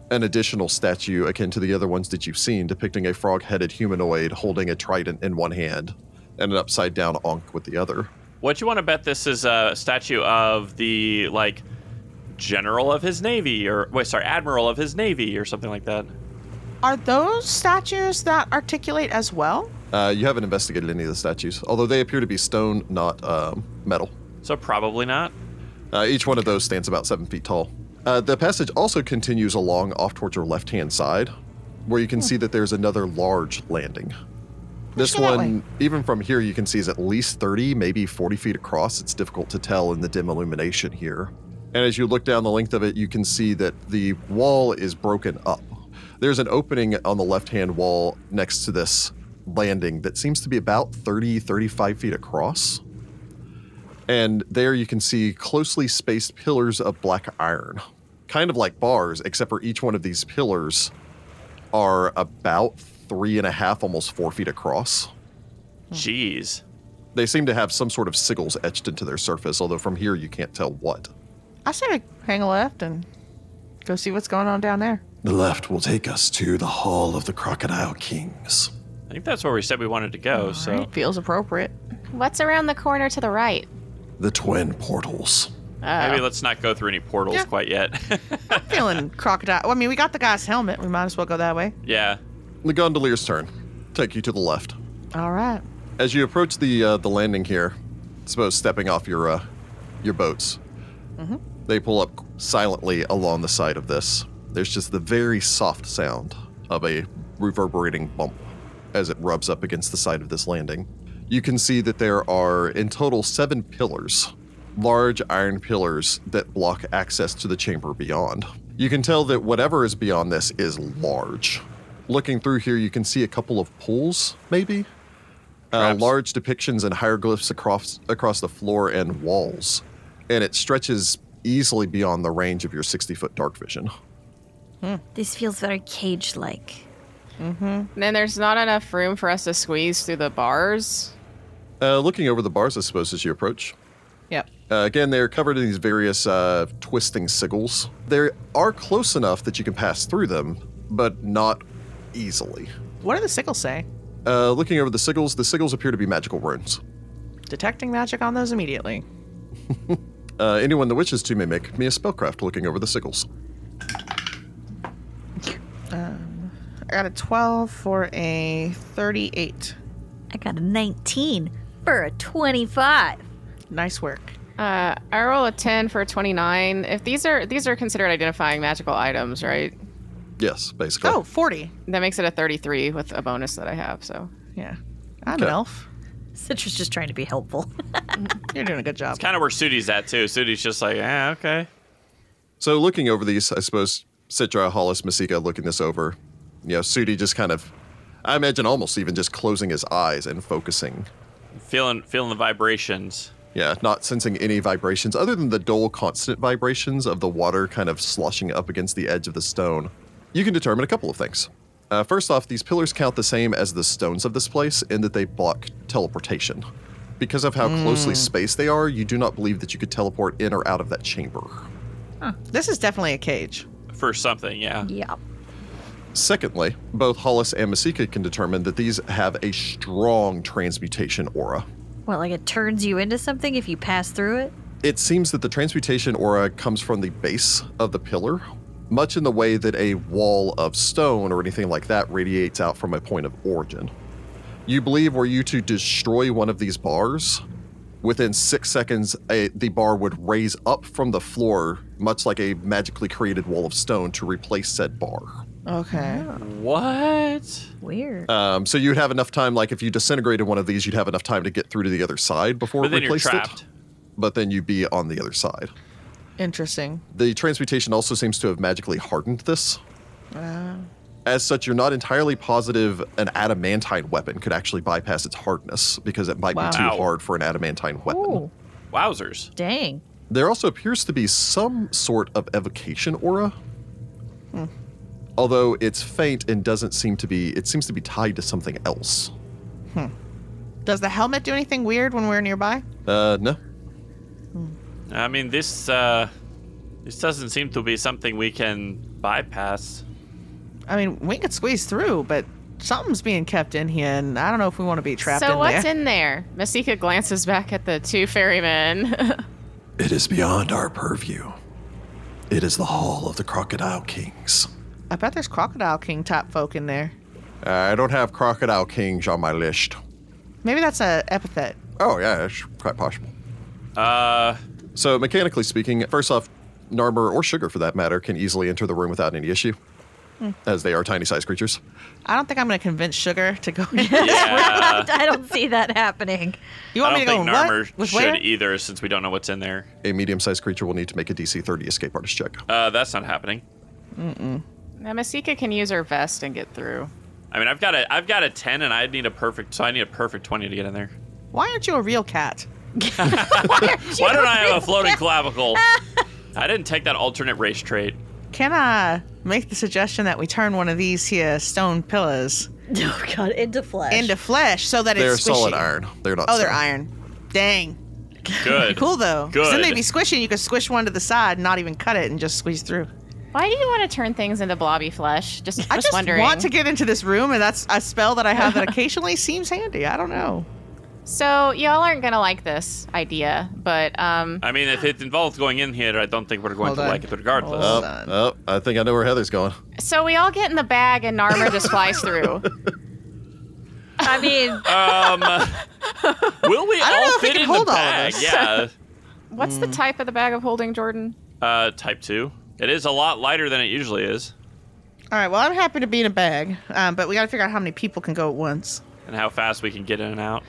Speaker 1: an additional statue akin to the other ones that you've seen, depicting a frog-headed humanoid holding a trident in one hand and an upside-down onk with the other.
Speaker 2: What you want to bet this is a statue of the like general of his navy, or wait, sorry, admiral of his navy, or something like that.
Speaker 5: Are those statues that articulate as well?
Speaker 1: Uh, you haven't investigated any of the statues, although they appear to be stone, not um, metal.
Speaker 2: So probably not.
Speaker 5: Hmm.
Speaker 1: Uh, each one of those stands about seven feet tall. Uh, the passage also continues along off towards your left hand side, where you can see that there's another large landing. This
Speaker 5: go that
Speaker 1: one, even from here, you can see is at least 30, maybe 40 feet across. It's difficult to tell in the dim illumination here. And as you look down the length of it, you can see that the wall is broken up. There's an opening on the left hand wall next to this landing that seems to be about 30, 35 feet across and there you can see closely spaced pillars of black iron, kind of like bars, except for each one of these pillars are about three and a half, almost four feet across.
Speaker 2: Jeez.
Speaker 1: They seem to have some sort of sigils etched into their surface, although from here you can't tell what.
Speaker 5: I say we hang a left and go see what's going on down there.
Speaker 1: The left will take us to the Hall of the Crocodile Kings.
Speaker 2: I think that's where we said we wanted to go. so
Speaker 5: Feels appropriate.
Speaker 6: What's around the corner to the right?
Speaker 1: The twin portals.
Speaker 2: maybe let's not go through any portals
Speaker 5: Oh. Yeah.
Speaker 2: quite yet.
Speaker 5: Feeling crocodile. Well, I mean, we got the guy's helmet. We might as well go that way.
Speaker 2: yeah.
Speaker 1: The gondolier's turn. Take you to the left.
Speaker 5: All right.
Speaker 1: As you approach the uh, the landing here, suppose stepping off your uh, your boats, they pull up silently along the side of this. There's just the very soft sound of a reverberating bump as it rubs up against the side of this landing. You can see that there are in total seven pillars, large iron pillars that block access to the chamber beyond. You can tell that whatever is beyond this is large. Looking through here, you can see a couple of pools, maybe, uh,
Speaker 2: Perhaps.
Speaker 1: large depictions and hieroglyphs across across the floor and walls, and it stretches easily beyond the range of your 60 foot dark vision.
Speaker 3: This feels very cage like.
Speaker 4: And then there's not enough room for us to squeeze through the bars.
Speaker 1: Uh, looking over the bars, I suppose, as you approach.
Speaker 5: Yep.
Speaker 1: Uh, again, they're covered in these various uh, twisting sigils. They are close enough that you can pass through them, but not easily.
Speaker 5: What do the sickles say?
Speaker 1: Uh, looking over the sigils, the sigils appear to be magical runes.
Speaker 5: Detecting magic on those immediately.
Speaker 1: Uh, anyone that wishes to may make me a spellcraft looking over the sigils.
Speaker 5: I got a 12 for a 38.
Speaker 3: I got a 19 for a 25.
Speaker 5: Nice work.
Speaker 4: Uh, I roll a ten for a twenty-nine. If these are these are considered identifying magical items, right?
Speaker 1: Yes, basically.
Speaker 5: Oh, 40.
Speaker 4: That makes it a thirty-three with a bonus that I have. So
Speaker 5: Yeah. I'm an
Speaker 1: Okay.
Speaker 5: elf.
Speaker 3: Citra's just trying to be helpful.
Speaker 5: You're doing a good job.
Speaker 2: It's kind of where Sudi's at too. Sudi's just like, eh, okay.
Speaker 1: So looking over these, I suppose Citra, Hollis, Masika looking this over, you know, Sudi just kind of, I imagine almost even just closing his eyes and focusing.
Speaker 2: Feeling feeling the vibrations.
Speaker 1: Yeah, not sensing any vibrations other than the dull, constant vibrations of the water kind of sloshing up against the edge of the stone. You can determine a couple of things. Uh, first off, these pillars count the same as the stones of this place in that they block teleportation. Because of how closely spaced they are, you do not believe that you could teleport in or out of that chamber.
Speaker 5: This is definitely a cage.
Speaker 2: For something, yeah.
Speaker 3: Yeah.
Speaker 1: Secondly, both Hollis and Masika can determine that these have a strong transmutation aura.
Speaker 3: Well, like it turns you into something if you pass through it.
Speaker 1: It seems that the transmutation aura comes from the base of the pillar, much in the way that a wall of stone or anything like that radiates out from a point of origin. You believe were you to destroy one of these bars, within six seconds, a, the bar would raise up from the floor, much like a magically created wall of stone to replace said bar.
Speaker 5: Okay.
Speaker 2: What?
Speaker 3: Weird.
Speaker 2: Uh.
Speaker 1: Um, so you'd have enough time, like if you disintegrated one of these, you'd have enough time to get through to the other side before
Speaker 2: But
Speaker 1: it
Speaker 2: then you're
Speaker 1: replaced
Speaker 2: trapped.
Speaker 1: it. But then you'd be on the other side.
Speaker 5: Interesting.
Speaker 1: The transmutation also seems to have magically hardened this.
Speaker 5: Uh,
Speaker 1: As such, you're not entirely positive an adamantine weapon could actually bypass its hardness because it might
Speaker 5: Wow.
Speaker 1: be too
Speaker 2: Ow.
Speaker 1: hard for an adamantine weapon.
Speaker 3: Ooh,
Speaker 2: Wowzers.
Speaker 3: dang.
Speaker 1: There also appears to be some sort of evocation aura. Although it's faint and doesn't seem to be, it seems to be tied to something else.
Speaker 5: Does the helmet do anything weird when we're nearby?
Speaker 1: Uh, no.
Speaker 2: I mean, this uh, this doesn't seem to be something we can bypass.
Speaker 5: I mean, we could squeeze through, but something's being kept in here, and I don't know if we want to be trapped
Speaker 6: so
Speaker 5: in
Speaker 6: what's
Speaker 5: there.
Speaker 6: in there?
Speaker 4: Masika glances back at the two ferrymen.
Speaker 1: It is beyond our purview. It is the hall of the Crocodile Kings.
Speaker 5: I bet there's crocodile king type folk in there.
Speaker 1: I don't have Crocodile Kings on my list.
Speaker 5: Maybe that's a epithet.
Speaker 1: Oh, yeah, that's quite possible.
Speaker 2: Uh,
Speaker 1: So, mechanically speaking, first off, Narmer or Sugar for that matter can easily enter the room without any issue,
Speaker 5: Hmm.
Speaker 1: as they are tiny sized creatures.
Speaker 5: I don't think I'm going to convince Sugar to go. in.
Speaker 2: yeah.
Speaker 3: I don't see that happening.
Speaker 5: you
Speaker 2: I
Speaker 5: want me
Speaker 2: don't
Speaker 5: to go
Speaker 2: think
Speaker 5: in
Speaker 2: Narmer
Speaker 5: what? With
Speaker 2: should
Speaker 5: where?
Speaker 2: either, since we don't know what's in there.
Speaker 1: A medium sized creature will need to make a DC 30 escape artist check.
Speaker 2: Uh, that's not happening.
Speaker 4: now Masika can use her vest and get through.
Speaker 2: I mean, I've got a I've got a ten, and I need a perfect. So I need a perfect twenty to get in there.
Speaker 5: Why aren't you a real cat?
Speaker 2: Why don't I have a floating clavicle? I didn't take that alternate race trait.
Speaker 5: Can I make the suggestion that we turn one of these here stone pillars
Speaker 3: Oh god, into flesh.
Speaker 5: into flesh so that
Speaker 1: They're
Speaker 5: it's squishy?
Speaker 1: solid iron. They're not.
Speaker 5: Oh, they're
Speaker 1: stone.
Speaker 5: iron. Dang.
Speaker 2: Good.
Speaker 5: Cool though. 'Cause Then they'd
Speaker 2: Good.
Speaker 5: be squishy. and You could squish one to the side, and not even cut it, and just squeeze through.
Speaker 6: Why do you want to turn things into blobby flesh? Just, just
Speaker 5: I just
Speaker 6: wondering.
Speaker 5: want to get into this room, and that's a spell that I have that occasionally seems handy. I don't know.
Speaker 6: so y'all aren't gonna like this idea, but um,
Speaker 2: I mean, if it involves going in here, I don't think we're going
Speaker 5: Hold
Speaker 2: to
Speaker 5: on.
Speaker 2: like it regardless.
Speaker 5: Hold
Speaker 1: Oh,
Speaker 5: Hold on.
Speaker 1: oh, I think I know where Heather's going.
Speaker 6: so we all get in the bag and Narmer just flies through.
Speaker 3: I mean,
Speaker 2: Um, will we
Speaker 5: don't
Speaker 2: all
Speaker 5: know if we
Speaker 2: fit
Speaker 5: can
Speaker 2: in
Speaker 5: hold
Speaker 2: the
Speaker 5: all of
Speaker 2: bag?
Speaker 5: us.
Speaker 2: Yeah.
Speaker 6: What's
Speaker 2: Hmm.
Speaker 6: the type of the bag of holding, Jordan?
Speaker 2: Uh, type two. It is a lot lighter than it usually is,
Speaker 5: All right. Well, I'm happy to be in a bag, um, but we got to figure out how many people can go at once.
Speaker 2: and how fast we can get in and out.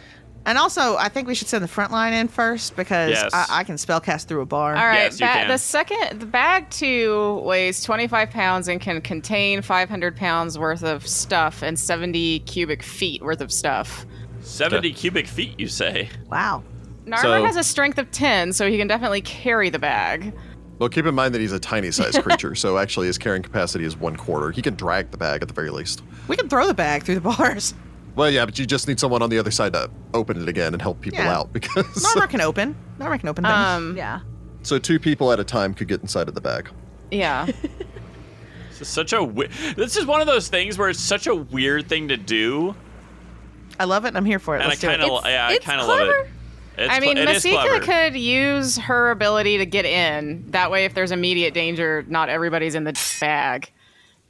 Speaker 5: And also, I think we should send the front line in first because
Speaker 2: Yes.
Speaker 5: I, I can spell cast through a bar.
Speaker 4: All right,
Speaker 2: Yes, you
Speaker 4: ba-
Speaker 2: can.
Speaker 4: the second the bag two weighs 25 pounds and can contain 500 pounds worth of stuff and 70 cubic feet worth of stuff.
Speaker 2: Seventy cubic feet, you say?
Speaker 5: Wow.
Speaker 4: Narmer
Speaker 1: So-
Speaker 4: has a strength of 10, so he can definitely carry the bag.
Speaker 1: Well, keep in mind that he's a tiny sized creature, so actually his carrying capacity is one quarter. He can drag the bag at the very least.
Speaker 5: We can throw the bag through the bars.
Speaker 1: Well, yeah, but you just need someone on the other side to open it again and help people
Speaker 5: Yeah.
Speaker 1: out because.
Speaker 5: Norma can open. Norma can open things.
Speaker 4: Um,
Speaker 3: yeah.
Speaker 1: so two people at a time could get inside of the bag.
Speaker 4: yeah.
Speaker 2: This is such a. Wi- this is one of those things where it's such a weird thing to do,
Speaker 5: I love it. and I'm here for it.
Speaker 2: and
Speaker 5: Let's
Speaker 2: I kind
Speaker 5: do it.
Speaker 2: of, yeah, I
Speaker 3: it's
Speaker 2: kind of love it.
Speaker 3: clever.
Speaker 2: It's
Speaker 4: I mean,
Speaker 2: cle- it is
Speaker 4: Masika
Speaker 2: clever.
Speaker 4: could use her ability to get in. That way, if there's immediate danger, not everybody's in the bag.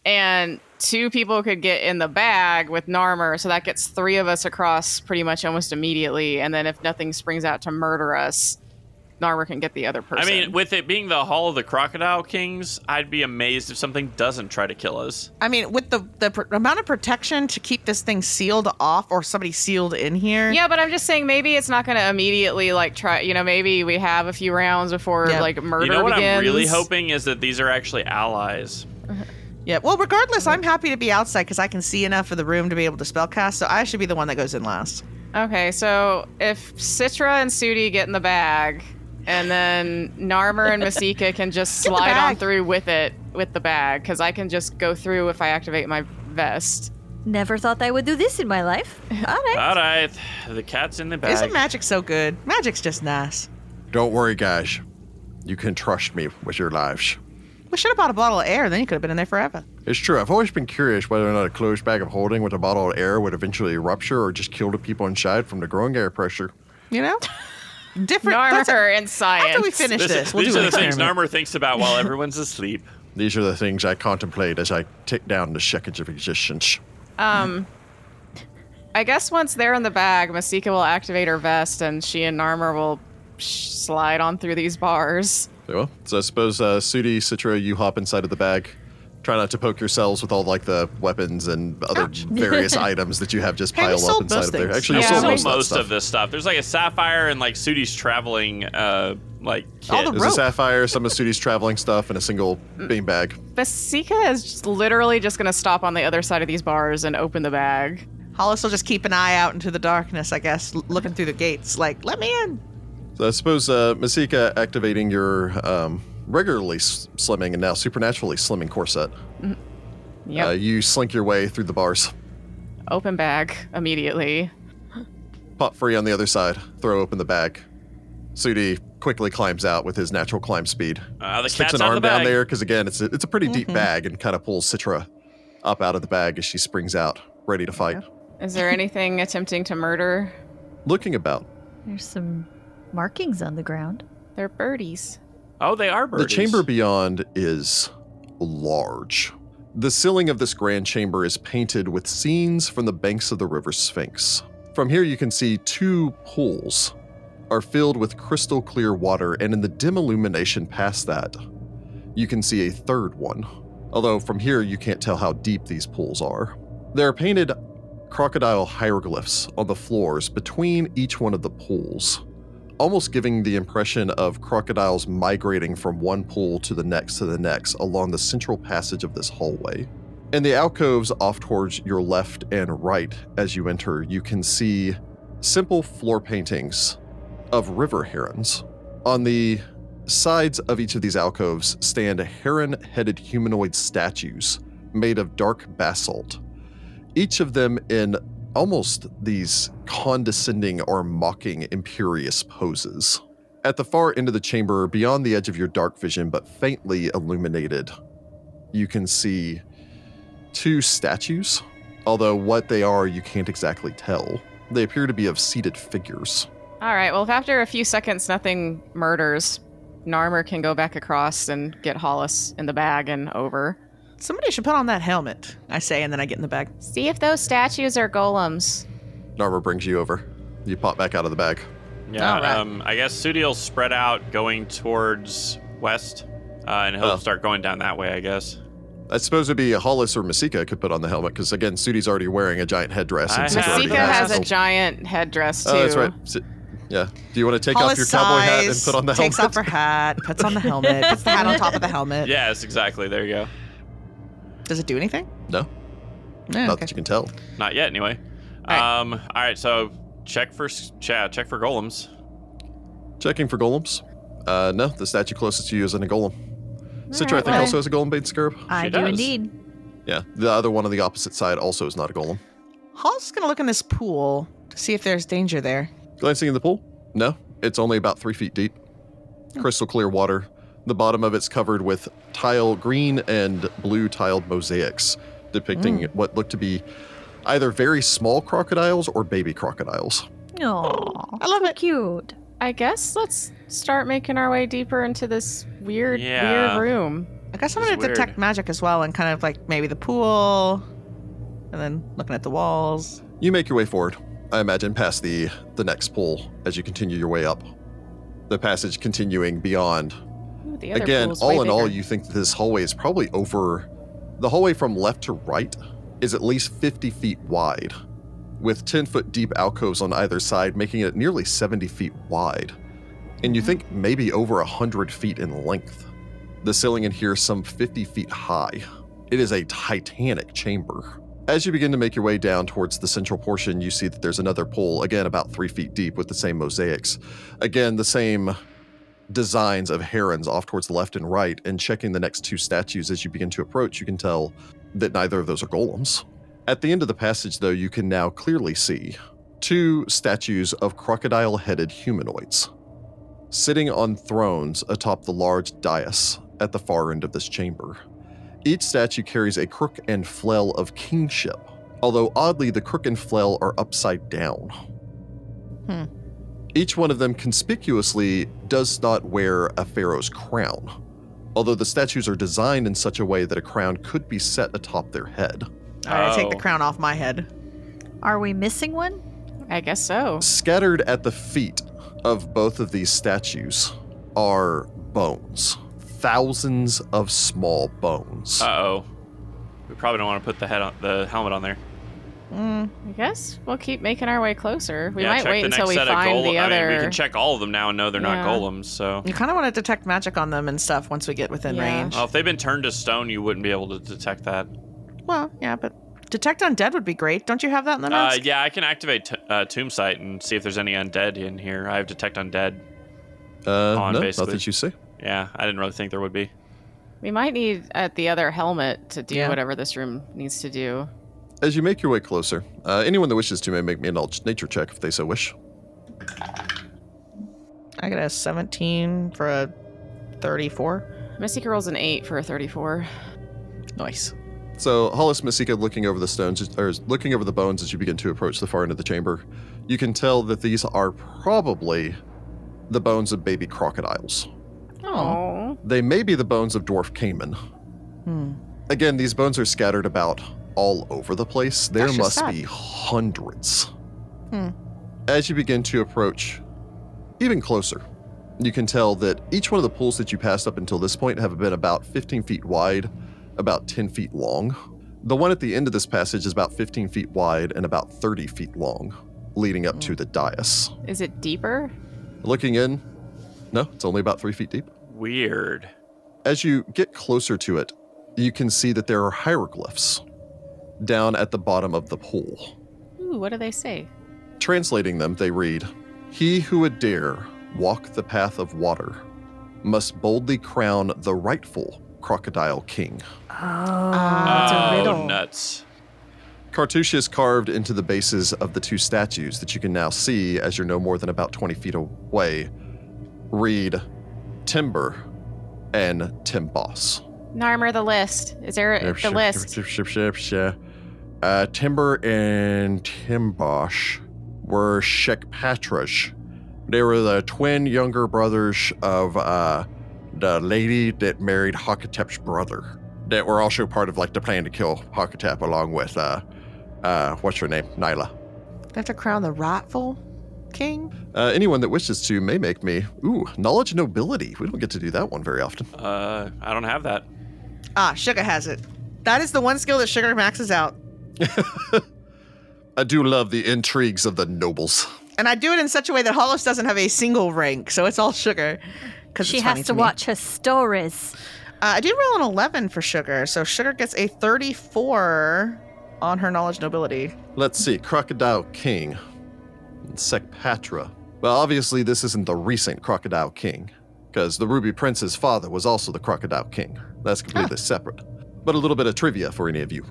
Speaker 4: And two people could get in the bag with Narmer, so that gets three of us across pretty much almost immediately. And then if nothing springs out to murder us, Narmer can get the other person.
Speaker 2: I mean, with it being the Hall of the Crocodile Kings, I'd be amazed if something doesn't try to kill us.
Speaker 5: I mean, with the the pr- amount of protection to keep this thing sealed off or somebody sealed in here.
Speaker 4: yeah, but I'm just saying maybe it's not going to immediately like try. You know, maybe we have a few rounds before
Speaker 5: Yeah.
Speaker 4: like murder
Speaker 2: you know what
Speaker 4: begins.
Speaker 2: I'm really hoping is that these are actually allies.
Speaker 5: Yeah. Well, regardless, I'm happy to be outside because I can see enough of the room to be able to spell cast. So I should be the one that goes in last.
Speaker 4: Okay, so if Citra and Sudi get in the bag, and then Narmer and Masika can just
Speaker 5: Get the
Speaker 4: slide on
Speaker 5: bag.
Speaker 4: through with it with the bag, because I can just go through if I activate my vest.
Speaker 3: Never thought I would do this in my life. All right.
Speaker 2: All right, the cat's in the bag.
Speaker 5: Isn't magic so good? Magic's just nice.
Speaker 1: Don't worry, guys. You can trust me with your lives.
Speaker 5: We should have bought a bottle of air. Then you could have been in there forever.
Speaker 1: It's true. I've always been curious whether or not a closed bag of holding with a bottle of air would eventually rupture or just kill the people inside from the growing air pressure.
Speaker 5: You know. Different. that's a-
Speaker 4: Narmer and science.
Speaker 5: after we finish
Speaker 2: This-
Speaker 5: this, we'll
Speaker 2: these
Speaker 5: do
Speaker 2: are the
Speaker 5: an
Speaker 2: things
Speaker 5: experiment.
Speaker 2: Narmer thinks about while everyone's asleep.
Speaker 1: These are the things I contemplate as I take down the shekage of existence.
Speaker 4: Um, I guess once they're in the bag, Masika will activate her vest, and she and Narmer will sh- slide on through these bars.
Speaker 1: Very well. So I suppose uh, Sudi, Citra, you hop inside of the bag. Try not to poke yourselves with all like the weapons and other various items that you have just
Speaker 5: Hey, we
Speaker 1: piled up
Speaker 5: sold
Speaker 1: inside
Speaker 5: most
Speaker 1: of there.
Speaker 5: things.
Speaker 1: Actually, you
Speaker 4: Yeah,
Speaker 1: sold
Speaker 4: we-
Speaker 1: most, of that
Speaker 2: most,
Speaker 1: stuff.
Speaker 2: of this stuff. There's like a sapphire and like Sudi's traveling, uh, like kit.
Speaker 5: All the
Speaker 1: There's
Speaker 5: rope. Mm.
Speaker 1: a sapphire, some of Sudi's traveling stuff, and a single bean bag.
Speaker 4: Masika is just literally just going to stop on the other side of these bars and open the bag.
Speaker 5: Hollis will just keep an eye out into the darkness, I guess, l- looking through the gates. Like, let me in.
Speaker 1: So I suppose uh, Masika activating your um, regularly s- slimming and now supernaturally slimming corset.
Speaker 4: Yep.
Speaker 1: Uh, you slink your way through the bars,
Speaker 4: open bag immediately.
Speaker 1: pop free on the other side, throw open the bag. Sudi quickly climbs out with his natural climb speed.
Speaker 2: Uh, the
Speaker 1: Sticks
Speaker 2: cat's
Speaker 1: an
Speaker 2: out of
Speaker 1: arm
Speaker 2: the
Speaker 1: down
Speaker 2: bag.
Speaker 1: there because again, it's a, it's a pretty deep bag and kind of pulls Citra up out of the bag as she springs out, ready to fight.
Speaker 4: Is there anything attempting to murder?
Speaker 1: Looking about,
Speaker 3: There's some markings on the ground.
Speaker 4: They're birdies.
Speaker 2: Oh, they are birdies.
Speaker 1: The chamber beyond is large. The ceiling of this grand chamber is painted with scenes from the banks of the river Sphinx. From here, you can see two pools are filled with crystal clear water, and in the dim illumination past that, you can see a third one. Although from here, you can't tell how deep these pools are. There are painted crocodile hieroglyphs on the floors between each one of the pools almost giving the impression of crocodiles migrating from one pool to the next to the next along the central passage of this hallway. In the alcoves off towards your left and right as you enter, you can see simple floor paintings of river herons. On the sides of each of these alcoves stand heron headed humanoid statues made of dark basalt, each of them in almost these condescending or mocking imperious poses. At the far end of the chamber, beyond the edge of your dark vision, but faintly illuminated, you can see two statues, although what they are you can't exactly tell. They appear to be of seated figures.
Speaker 4: All right. Well, if after a few seconds nothing murders, Narmer can go back across and get Hollis in the bag and over.
Speaker 5: Somebody should put on that helmet, I say, and then I get in the bag.
Speaker 6: See if those statues are golems.
Speaker 1: Narmer brings you over. You pop back out of the bag.
Speaker 2: Yeah.
Speaker 5: All right.
Speaker 2: Um, I guess Sudi will spread out going towards west, uh, and he'll
Speaker 1: Oh.
Speaker 2: start going down that way. I guess.
Speaker 1: I suppose it'd be Hollis or Masika could put on the helmet, because again, Sudi's already wearing a giant headdress.
Speaker 2: I
Speaker 1: And Oh,
Speaker 2: have-
Speaker 1: Citra already
Speaker 4: Masika
Speaker 1: has it.
Speaker 4: has a giant headdress too.
Speaker 1: Oh, that's right. Si- Yeah. Do you want to take
Speaker 5: Hollis
Speaker 1: off your cowboy hat and
Speaker 5: sighs,
Speaker 1: put on the
Speaker 5: takes
Speaker 1: helmet?
Speaker 5: off her hat, puts on the helmet, puts the hat on top of the helmet.
Speaker 2: Yes, exactly. There you go.
Speaker 5: Does it do anything?
Speaker 1: no,
Speaker 5: No.
Speaker 1: not
Speaker 5: okay.
Speaker 1: that you can tell.
Speaker 2: Not yet, anyway.
Speaker 5: All right.
Speaker 2: Um. All right. So check for s- yeah, check for golems.
Speaker 1: Checking for golems. Uh, no, the statue closest to you isn't a golem. Citra, I think,
Speaker 5: well.
Speaker 1: also has a golem bait scarab.
Speaker 3: I
Speaker 2: She
Speaker 3: do
Speaker 2: does.
Speaker 3: indeed.
Speaker 1: Yeah, the other one on the opposite side also is not a golem.
Speaker 5: Hall's gonna look in this pool to see if there's danger there.
Speaker 1: Glancing in the pool? No, it's only about three feet deep.
Speaker 5: Oh.
Speaker 1: Crystal clear water. The bottom of it's covered with tile, green and blue tiled mosaics depicting
Speaker 5: Mm.
Speaker 1: what look to be either very small crocodiles or baby crocodiles.
Speaker 3: Aww,
Speaker 5: I love
Speaker 3: so
Speaker 5: it.
Speaker 3: Cute.
Speaker 4: I guess let's start making our way deeper into this weird,
Speaker 2: Yeah.
Speaker 4: weird room.
Speaker 5: I guess I'm
Speaker 2: This
Speaker 5: gonna
Speaker 2: is weird.
Speaker 5: detect magic as well, and kind of like maybe the pool, and then looking at the walls.
Speaker 1: You make your way forward, I imagine, past the, the next pool as you continue your way up. The passage continuing beyond
Speaker 4: Ooh, the other
Speaker 1: Again,
Speaker 4: pool's way
Speaker 1: all in all,
Speaker 4: bigger.
Speaker 1: you think that this hallway is probably over. The hallway from left to right is at least 50 feet wide, with 10 foot deep alcoves on either side, making it nearly 70 feet wide. And you
Speaker 4: Mm-hmm.
Speaker 1: think maybe over 100 feet in length. The ceiling in here is some 50 feet high, It is a titanic chamber. As you begin to make your way down towards the central portion, you see that there's another pool, again about three feet deep, with the same mosaics. Again, the same designs of herons off towards the left and right. And checking the next two statues as you begin to approach, you can tell that neither of those are golems. At the end of the passage, though, you can now clearly see two statues of crocodile headed humanoids sitting on thrones atop the large dais at the far end of this chamber. Each statue carries a crook and flail of kingship, although oddly, the crook and flail are upside down.
Speaker 5: Hmm.
Speaker 1: Each one of them conspicuously does not wear a pharaoh's crown, although the statues are designed in such a way that a crown could be set atop their head.
Speaker 5: All right, I take the
Speaker 2: Oh.
Speaker 5: crown off my head.
Speaker 3: Are we missing one?
Speaker 4: I guess so.
Speaker 1: Scattered at the feet of both of these statues are bones, thousands of small bones.
Speaker 2: Uh oh. We probably don't want to put the head on the helmet on there.
Speaker 5: Mm,
Speaker 4: I guess we'll keep making our way closer. We
Speaker 2: yeah,
Speaker 4: might
Speaker 2: check
Speaker 4: wait
Speaker 2: the next
Speaker 4: until we
Speaker 2: set of
Speaker 4: find
Speaker 2: gole-
Speaker 4: the
Speaker 2: I
Speaker 4: other.
Speaker 2: mean, we can check all of them now and know they're
Speaker 4: Yeah.
Speaker 2: not golems. So,
Speaker 5: You kind of want to detect magic on them and stuff once we get within
Speaker 4: Yeah.
Speaker 5: range.
Speaker 2: well, if they've been turned to stone, you wouldn't be able to detect that.
Speaker 5: Well, yeah, but detect undead would be great. Don't you have that in the
Speaker 2: Uh,
Speaker 5: notes?
Speaker 2: yeah, I can activate t- uh, Tomb Site and see if there's any undead in here. I have detect undead.
Speaker 1: Uh,
Speaker 2: on,
Speaker 1: no,
Speaker 2: basically.
Speaker 1: not that you see.
Speaker 2: Yeah, I didn't really think there would be.
Speaker 4: We might need at the other helmet to do
Speaker 5: Yeah.
Speaker 4: whatever this room needs to do.
Speaker 1: As you make your way closer, uh, anyone that wishes to may make me a knowledge nature check if they so wish.
Speaker 5: I got a 17 for a 34.
Speaker 4: Mystica rolls an eight for a thirty-four.
Speaker 5: Nice.
Speaker 1: So Hollis Masika looking over the stones or looking over the bones as you begin to approach the far end of the chamber, you can tell that these are probably the bones of baby crocodiles.
Speaker 5: Oh.
Speaker 1: They may be the bones of dwarf caiman.
Speaker 5: Hmm.
Speaker 1: Again, these bones are scattered about all over the place. There
Speaker 5: That's
Speaker 1: must
Speaker 5: just sad.
Speaker 1: be hundreds.
Speaker 5: Hmm.
Speaker 1: As you begin to approach even closer, you can tell that each one of the pools that you passed up until this point have been about 15 feet wide, about 10 feet long. The one at the end of this passage is about 15 feet wide and about 30 feet long, leading up
Speaker 5: Hmm.
Speaker 1: to the dais.
Speaker 4: Is it deeper?
Speaker 1: Looking in, no, it's only about three feet deep.
Speaker 2: Weird.
Speaker 1: As you get closer to it, you can see that there are hieroglyphs down at the bottom of the pool.
Speaker 4: Ooh, what do they say?
Speaker 1: Translating them, they read He who would dare walk the path of water must boldly crown the rightful crocodile king.
Speaker 4: Ah,
Speaker 2: oh,
Speaker 3: Ah, it's a riddle.
Speaker 2: nuts.
Speaker 1: Cartouche is carved into the bases of the two statues that you can now see as you're no more than about 20 feet away. Read Timber and Timboss.
Speaker 6: Narmer the list. Is there
Speaker 1: Yep,
Speaker 6: the
Speaker 1: ship,
Speaker 6: list?
Speaker 1: ship, ship, ship, ship. Uh, Timber and Timbosh were Shekpatrash. They were the twin younger brothers of uh, the lady that married Hakatep's brother. That were also part of like the plan to kill Hakatep along with uh, uh, what's her name, Nyla.
Speaker 5: They have to crown the rightful king?
Speaker 1: Uh, anyone that wishes to may make me ooh knowledge nobility. We don't get to do that one very often.
Speaker 2: Uh, I don't have that.
Speaker 5: Ah, Sugar has it. That is the one skill that Sugar maxes out.
Speaker 1: I do love the intrigues of the nobles.
Speaker 5: And I do it in such a way that Hollis doesn't have a single rank, so it's all Sugar. 'cause
Speaker 3: She
Speaker 5: it's
Speaker 3: has
Speaker 5: funny
Speaker 3: to,
Speaker 5: me.
Speaker 3: watch her stories.
Speaker 5: Uh, I did roll an 11 for Sugar, so Sugar gets a 34 on her knowledge nobility.
Speaker 1: Let's see, Crocodile King, Sekpatra. Well, obviously, this isn't the recent Crocodile King, because the Ruby Prince's father was also the Crocodile King. That's completely separate. But a little bit of trivia for any of you.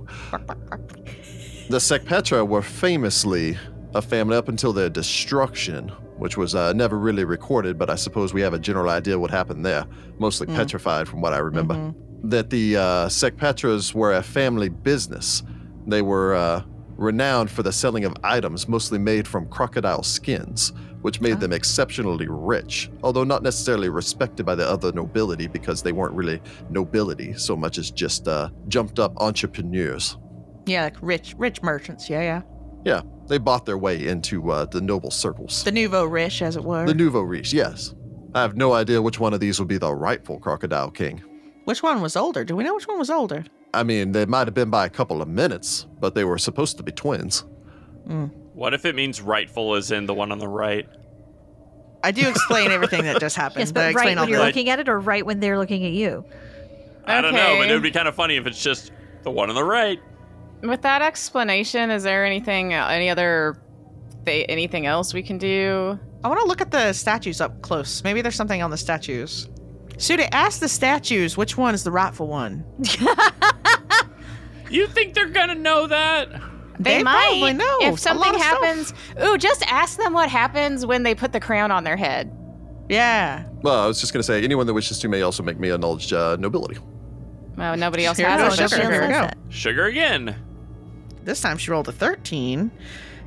Speaker 1: the Sekpatra were famously a family up until their destruction, which was uh, never really recorded, but I suppose we have a general idea what happened there. Mostly petrified, from what I remember.
Speaker 5: Mm-hmm.
Speaker 1: That the uh, Sekpatras were a family business. They were uh, renowned for the selling of items mostly made from crocodile skins, which made them exceptionally rich, although not necessarily respected by the other nobility because they weren't really nobility so much as just uh, jumped up entrepreneurs.
Speaker 5: Yeah, like rich, rich merchants. Yeah, yeah.
Speaker 1: Yeah, they bought their way into uh, the noble circles.
Speaker 5: The nouveau rich, as it were.
Speaker 1: The nouveau riche, yes. I have no idea which one of these would be the rightful crocodile king.
Speaker 5: which one was older? Do we know which one was older?
Speaker 1: I mean, they might have been by a couple of minutes, but they were supposed to be twins.
Speaker 2: What if it means rightful is in the one on the right?
Speaker 5: I do explain everything that just happened.
Speaker 3: Yes,
Speaker 5: I
Speaker 3: but
Speaker 5: explain
Speaker 3: right when
Speaker 5: all
Speaker 3: you're
Speaker 5: the-
Speaker 2: that.
Speaker 3: looking at it or right when they're looking at you?
Speaker 2: I don't know, but
Speaker 4: Okay.
Speaker 2: it would be kind of funny if it's just The one on the right.
Speaker 4: With that explanation, is there anything, uh, any other, th- anything else we can do?
Speaker 5: I want to look at the statues up close. Maybe there's something on the statues. Suda, ask the statues which one is the rightful one.
Speaker 2: You think they're gonna know that?
Speaker 4: They, might
Speaker 5: probably know. A lot
Speaker 6: If something
Speaker 5: of stuff.
Speaker 6: happens, ooh, just ask them what happens when they put the crown on their head.
Speaker 5: Yeah.
Speaker 1: Well, I was just going to say anyone that wishes to may also make me a knowledge uh, nobility.
Speaker 6: Oh, nobody else
Speaker 5: Here we
Speaker 6: has
Speaker 5: go,
Speaker 6: it.
Speaker 5: sugar. Here we go.
Speaker 2: Sugar again.
Speaker 5: This time she rolled a 13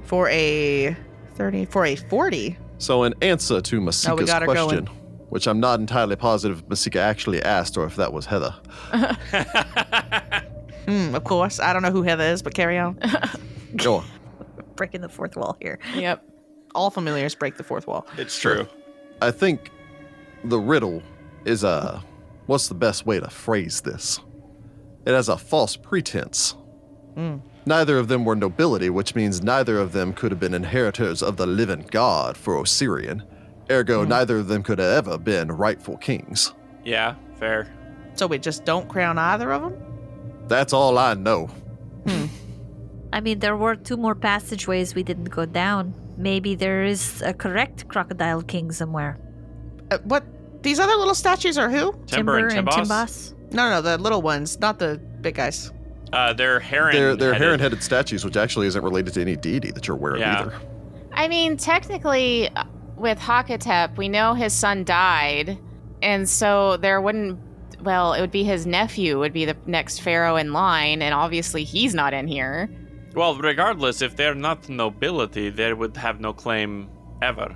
Speaker 5: for a 30 for a 40.
Speaker 1: So, in answer to
Speaker 5: Oh, we
Speaker 1: Masika's
Speaker 5: got her
Speaker 1: question, which I'm not entirely positive Masika actually asked or if that was Heather,
Speaker 5: Hmm, of course. I don't know who Heather is, but carry on.
Speaker 1: go on.
Speaker 3: Breaking the fourth wall here.
Speaker 4: Yep.
Speaker 5: All familiars break the fourth wall.
Speaker 2: It's true.
Speaker 1: I think the riddle is a. What's the best way to phrase this? It has a false pretense. Neither of them were nobility, which means neither of them could have been inheritors of the living god for Osirian. Ergo, neither of them could have ever been rightful kings.
Speaker 2: Yeah, fair.
Speaker 5: So we just don't crown either of them?
Speaker 1: That's all I know.
Speaker 3: I mean, there were two more passageways we didn't go down. Maybe there is a correct Crocodile King somewhere.
Speaker 5: Uh, what? These other little statues are who?
Speaker 2: Timber, and Timbos.
Speaker 5: No, no, the little ones, not the big guys.
Speaker 2: Uh, they're heron.
Speaker 1: They're, they're heron headed statues, which actually isn't related to any deity that you're aware
Speaker 2: Yeah.
Speaker 1: of either.
Speaker 6: I mean, technically, uh, with Hakatep, we know his son died, and so there wouldn't. Well, it would be his nephew would be the next pharaoh in line, and obviously he's not in here.
Speaker 2: Well, regardless, if they're not nobility, they would have no claim ever.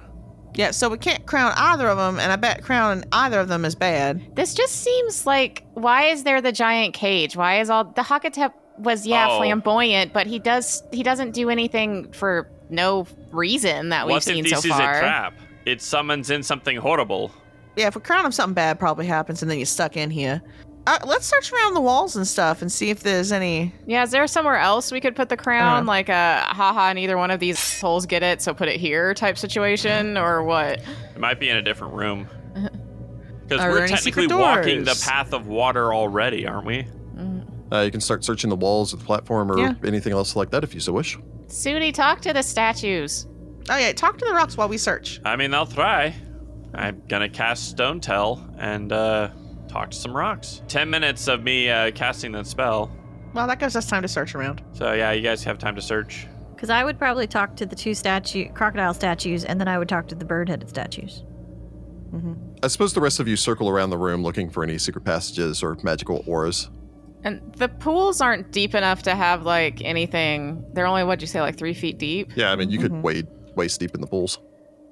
Speaker 5: Yeah, so we can't crown either of them, and I bet crowning either of them is bad.
Speaker 6: This just seems like why is there the giant cage? Why is all the Hakatep was yeah
Speaker 2: Oh.
Speaker 6: flamboyant, but he does he doesn't do anything for no reason that we've
Speaker 2: what
Speaker 6: seen
Speaker 2: if
Speaker 6: so
Speaker 2: this is a
Speaker 6: far.
Speaker 2: trap? It summons in something horrible.
Speaker 5: Yeah, if we crown them, something bad probably happens, and then you're stuck in here. Uh, let's search around the walls and stuff and see if there's any.
Speaker 4: Yeah, is there somewhere else we could put the crown?
Speaker 5: Uh.
Speaker 4: Like a haha, neither one of these holes get it, so put it here type situation, or what?
Speaker 2: It might be in a different room. Because
Speaker 5: Are there
Speaker 2: we're
Speaker 5: any
Speaker 2: technically
Speaker 5: secret
Speaker 2: walking the
Speaker 5: doors?
Speaker 2: path of water already, aren't we?
Speaker 1: Uh, you can start searching the walls of the platform or
Speaker 5: Yeah.
Speaker 1: anything else like that if you so wish.
Speaker 6: Sudi, talk to the statues.
Speaker 5: Oh yeah, talk to the rocks while we search.
Speaker 2: I mean, I'll try. I'm gonna cast Stone Tell and uh, talk to some rocks. Ten minutes of me uh, casting that spell.
Speaker 5: Well, that gives us time to search around.
Speaker 2: So yeah, you guys have time to search.
Speaker 3: Because I would probably talk to the two statue, crocodile statues, and then I would talk to the bird-headed statues.
Speaker 1: I suppose the rest of you circle around the room looking for any secret passages or magical auras.
Speaker 4: And the pools aren't deep enough to have like anything. They're only what'd you say, like three feet deep?
Speaker 1: Yeah, I mean, you could wade waist deep in the pools.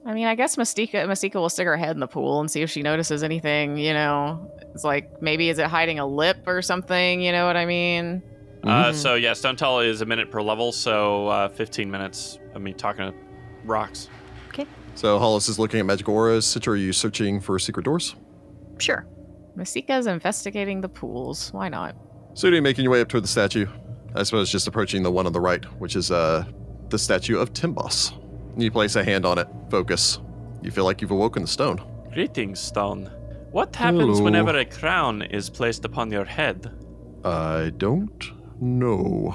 Speaker 4: I mean, I guess Mastika Mastika will stick her head in the pool and see if she notices anything. You know, it's like maybe is it hiding a lip or something? You know what I mean?
Speaker 2: Uh, so yeah, Stone Tell is a minute per level, so uh, 15 minutes of me talking to rocks.
Speaker 1: So Hollis is looking at magical auras. Citra, are you searching for secret doors?
Speaker 3: Sure.
Speaker 4: Masika's investigating the pools. Why not?
Speaker 1: Sudi, making your way up toward the statue. I suppose just approaching the one on the right, which is uh, the statue of Timbos. You place a hand on it, focus. You feel like you've awoken the stone.
Speaker 2: Greetings, Stone. What happens
Speaker 1: Hello.
Speaker 2: whenever a crown is placed upon your head?
Speaker 1: I don't know.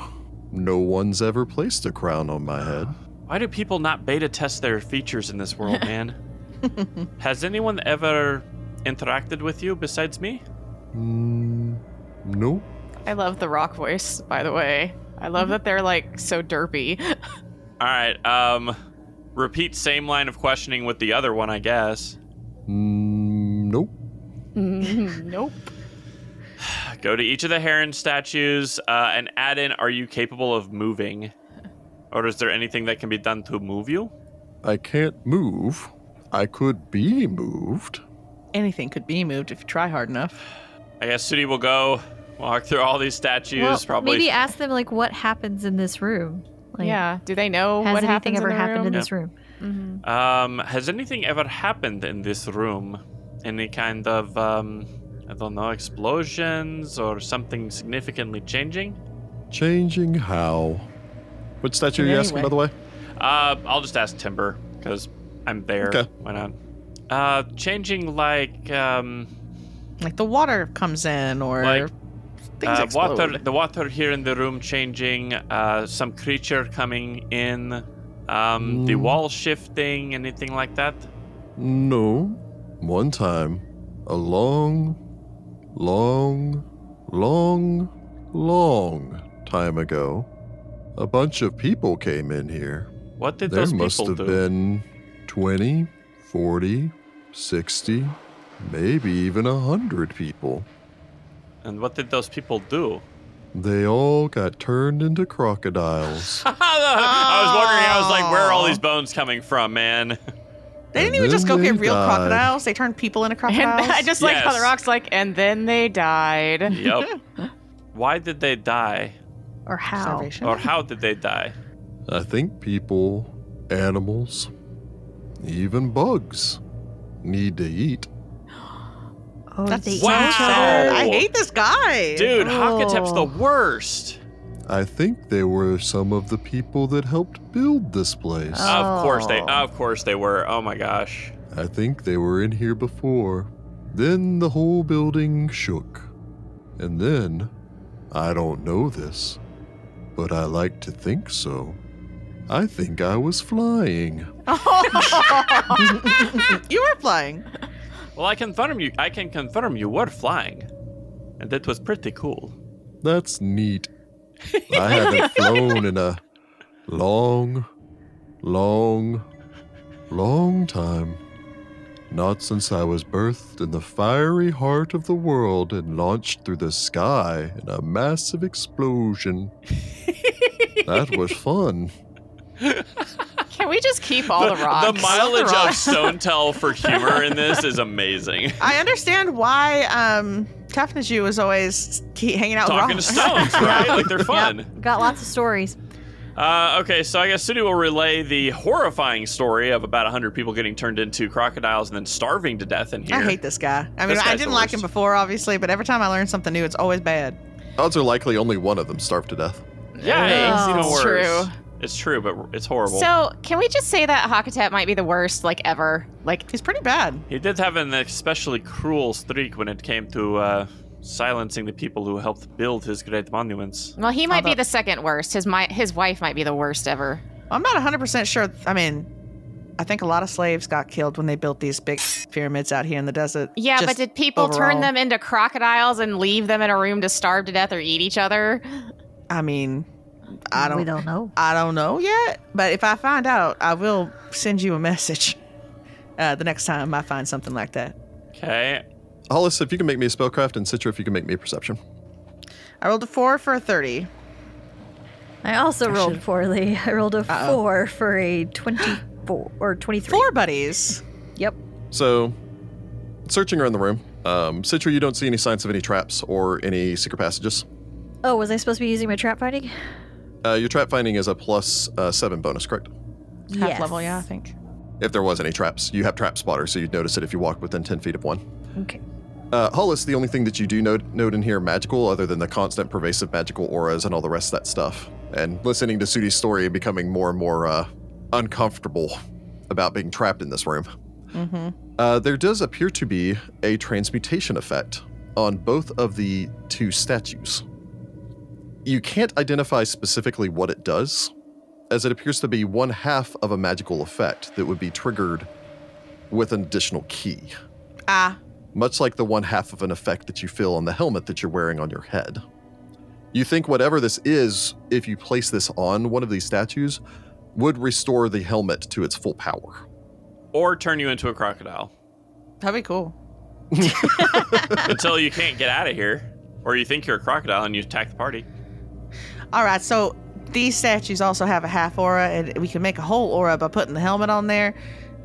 Speaker 1: No one's ever placed a crown on my head.
Speaker 2: Why do people not beta test their features in this world, man? Has anyone ever interacted with you besides me?
Speaker 1: Mm, No.
Speaker 4: I love the rock voice, by the way. I love
Speaker 3: Mm-hmm.
Speaker 4: that they're like so derpy.
Speaker 2: All right. Um, repeat same line of questioning with the other one, I guess.
Speaker 1: Mm, Nope.
Speaker 4: nope.
Speaker 2: Go to each of the heron statues uh, and add in: Are you capable of moving? Or is there anything that can be done to move you?
Speaker 1: I can't move. I could be moved.
Speaker 5: Anything could be moved if you try hard enough.
Speaker 2: I guess Sudi will go walk through all these statues.
Speaker 3: well,
Speaker 2: probably.
Speaker 3: maybe ask them like what happens in this room. Like,
Speaker 4: Yeah. Do they know
Speaker 3: Has
Speaker 4: what
Speaker 3: anything
Speaker 4: happens
Speaker 3: ever
Speaker 4: in the
Speaker 3: happened
Speaker 4: room?
Speaker 3: in this room?
Speaker 2: Um, has anything ever happened in this room? Any kind of, um, I don't know, explosions or something significantly changing?
Speaker 1: Changing how? Which statue are you asking, by the way?
Speaker 2: Uh, I'll just ask Timber because I'm there.
Speaker 1: Okay.
Speaker 2: Why not? Uh, changing like, um,
Speaker 5: Like the water comes in, or
Speaker 2: like
Speaker 5: Things
Speaker 2: Uh,
Speaker 5: explode.
Speaker 2: water, the water here in the room changing. Uh, some creature coming in. Um, The wall shifting. Anything like that?
Speaker 1: No. One time, a long, long, long, long time ago, a bunch of people came in here.
Speaker 2: What did
Speaker 1: there
Speaker 2: those
Speaker 1: must
Speaker 2: people
Speaker 1: have
Speaker 2: do?
Speaker 1: been 20, 40, 60, maybe even 100 people.
Speaker 2: And what did those people do?
Speaker 1: They all got turned into crocodiles.
Speaker 2: I was wondering. I was like, where are all these bones coming from, man?
Speaker 5: They
Speaker 1: And
Speaker 5: didn't even just go
Speaker 1: then
Speaker 5: get
Speaker 1: they
Speaker 5: real
Speaker 1: died.
Speaker 5: crocodiles. They turned people into
Speaker 4: And
Speaker 5: crocodiles.
Speaker 4: I just like how the
Speaker 2: Yes.
Speaker 4: rock's like, and then they died.
Speaker 2: yep. Why did they die?
Speaker 3: Or how?
Speaker 5: Starvation.
Speaker 2: Or how did they die?
Speaker 1: I think people, animals, even bugs need to eat.
Speaker 3: Oh,
Speaker 5: That's
Speaker 3: they
Speaker 5: so
Speaker 2: Wow.
Speaker 5: sad. I hate this guy.
Speaker 2: Dude, Hakatep's the
Speaker 3: Oh.
Speaker 2: worst.
Speaker 1: I think they were some of the people that helped build this place.
Speaker 3: Oh.
Speaker 2: Of course they.
Speaker 3: Oh.
Speaker 2: Of course they were. Oh my gosh.
Speaker 1: I think they were in here before. Then the whole building shook. And then, I don't know this, but I like to think so. I think I was flying.
Speaker 4: Oh.
Speaker 5: You were flying.
Speaker 2: Well, I confirm you. I can confirm you were flying, and that was pretty cool.
Speaker 1: That's neat. I haven't flown in a long, long, long time. Not since I was birthed in the fiery heart of the world and launched through the sky in a massive explosion. that was fun.
Speaker 6: Can we just keep all the, rocks?
Speaker 2: The mileage of Stonetell for humor in this is amazing.
Speaker 5: I understand why um, Tafnaju was always keep hanging out
Speaker 2: Talking to
Speaker 5: with rocks.
Speaker 2: stones, right? Like they're fun.
Speaker 3: Got lots of stories.
Speaker 2: Uh, okay, so I guess Sudi will relay the horrifying story of about 100 people getting turned into crocodiles and then starving to death in here.
Speaker 5: I hate this guy. I mean,
Speaker 2: This
Speaker 5: I
Speaker 2: guy's
Speaker 5: didn't
Speaker 2: the
Speaker 5: like him
Speaker 2: worst.
Speaker 5: before, obviously, but every time I learn something new, it's always bad.
Speaker 1: Odds are likely only one of them starved to death.
Speaker 2: Yeah, it's
Speaker 3: Oh.
Speaker 2: even
Speaker 6: It's
Speaker 2: worse.
Speaker 6: true.
Speaker 2: It's true, but it's horrible.
Speaker 6: So, can we just say that Hakatep might be the worst, like ever? Like,
Speaker 5: He's pretty bad.
Speaker 2: he did have an especially cruel streak when it came to uh, silencing the people who helped build his great monuments.
Speaker 6: well, he might be the second worst. His mi- his wife might be the worst ever.
Speaker 5: I'm not 100% sure. I mean, I think a lot of slaves got killed when they built these big pyramids out here in the desert.
Speaker 6: Yeah, but
Speaker 5: Just
Speaker 6: did people turn
Speaker 5: overall.
Speaker 6: them into crocodiles and leave them in a room to starve to death or eat each other?
Speaker 5: I mean, I
Speaker 3: We
Speaker 5: don't,
Speaker 3: don't know.
Speaker 5: I don't know yet. But if I find out, I will send you a message uh, the next time I find something like that.
Speaker 2: Okay.
Speaker 1: Hollis, if you can make me a spellcraft, and Citra, if you can make me a perception.
Speaker 5: I rolled a four for a 30.
Speaker 3: I also rolled poorly. I rolled a
Speaker 5: Uh-oh.
Speaker 3: four for a twenty-four or twenty-three.
Speaker 5: Four buddies.
Speaker 3: Yep.
Speaker 1: So, searching around the room, um, Citra, you don't see any signs of any traps or any secret passages.
Speaker 3: Oh, was I supposed to be using my trap finding?
Speaker 1: Uh, your trap finding is a plus uh, seven bonus, correct?
Speaker 5: Half level, yeah, I think.
Speaker 1: If there was any traps, you have trap spotter, so you'd notice it if you walked within ten feet of one.
Speaker 3: Okay.
Speaker 1: Uh, Hollis, the only thing that you do note, note in here magical, other than the constant pervasive magical auras and all the rest of that stuff, and listening to Sudi's story and becoming more and more uh, uncomfortable about being trapped in this room.
Speaker 5: Mm-hmm.
Speaker 1: Uh, there does appear to be a transmutation effect on both of the two statues. You can't identify specifically what it does, as it appears to be one half of a magical effect that would be triggered with an additional key,
Speaker 5: Ah,
Speaker 1: much like the one half of an effect that you feel on the helmet that you're wearing on your head. You think whatever this is, if you place this on one of these statues, would restore the helmet to its full power.
Speaker 2: Or turn you into a crocodile
Speaker 5: that'd be cool.
Speaker 2: until you can't get out of here, or you think you're a crocodile and you attack the party.
Speaker 5: All right, so these statues also have a half aura, and we can make a whole aura by putting the helmet on there,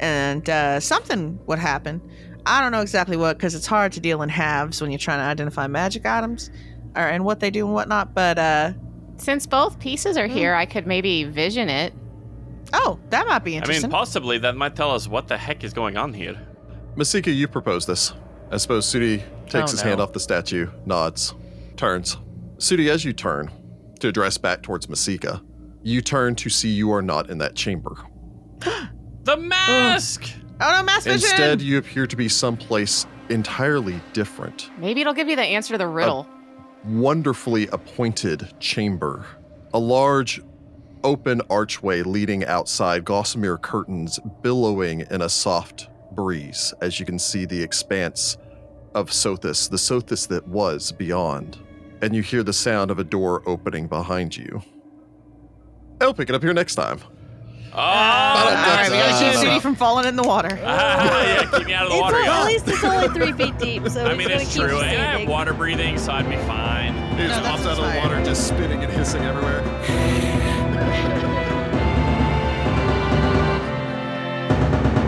Speaker 5: and uh, something would happen. I don't know exactly what, because it's hard to deal in halves when you're trying to identify magic items, or and what they do and whatnot. But uh,
Speaker 6: Since both pieces
Speaker 5: Hmm.
Speaker 6: are here, I could maybe vision it.
Speaker 5: oh, that might be
Speaker 2: I mean,
Speaker 5: interesting.
Speaker 2: possibly that might tell us what the heck is going on here.
Speaker 1: Masika, you proposed this. I suppose Sudi takes
Speaker 5: Oh,
Speaker 1: his
Speaker 5: no.
Speaker 1: hand off the statue, nods, turns. Sudi, as you turn to address back towards Masika, you turn to see you are not in that chamber.
Speaker 2: The mask.
Speaker 5: oh no, mass vision.
Speaker 1: Instead, you appear to be someplace entirely different.
Speaker 6: Maybe it'll give you the answer to the riddle.
Speaker 1: wonderfully appointed chamber. A large open archway leading outside, gossamer curtains billowing in a soft breeze as you can see the expanse of Sothis, the Sothis that was beyond. And you hear the sound of a door opening behind you. I'll pick it up here next time.
Speaker 2: Oh, that's-
Speaker 5: right, we gotta keep
Speaker 1: Uh,
Speaker 5: Judy from falling in the water.
Speaker 2: Ah, yeah, keep me out of the water,
Speaker 7: It's, at
Speaker 2: y'all.
Speaker 7: least it's only three feet deep, so
Speaker 2: I
Speaker 7: it's
Speaker 2: mean,
Speaker 7: gonna
Speaker 2: it's
Speaker 7: keep
Speaker 2: true. And I am
Speaker 7: standing.
Speaker 2: water breathing, so I'd be fine.
Speaker 1: It just
Speaker 5: No, that's
Speaker 1: pops out of the
Speaker 5: fine.
Speaker 1: water, just spitting and hissing everywhere.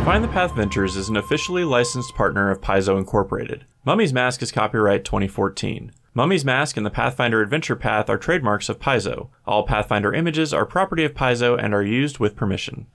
Speaker 2: Find the Path Ventures is an officially licensed partner of Paizo Incorporated. Mummy's Mask is copyright 2014. Mummy's Mask and the Pathfinder Adventure Path are trademarks of Paizo. All Pathfinder images are property of Paizo and are used with permission.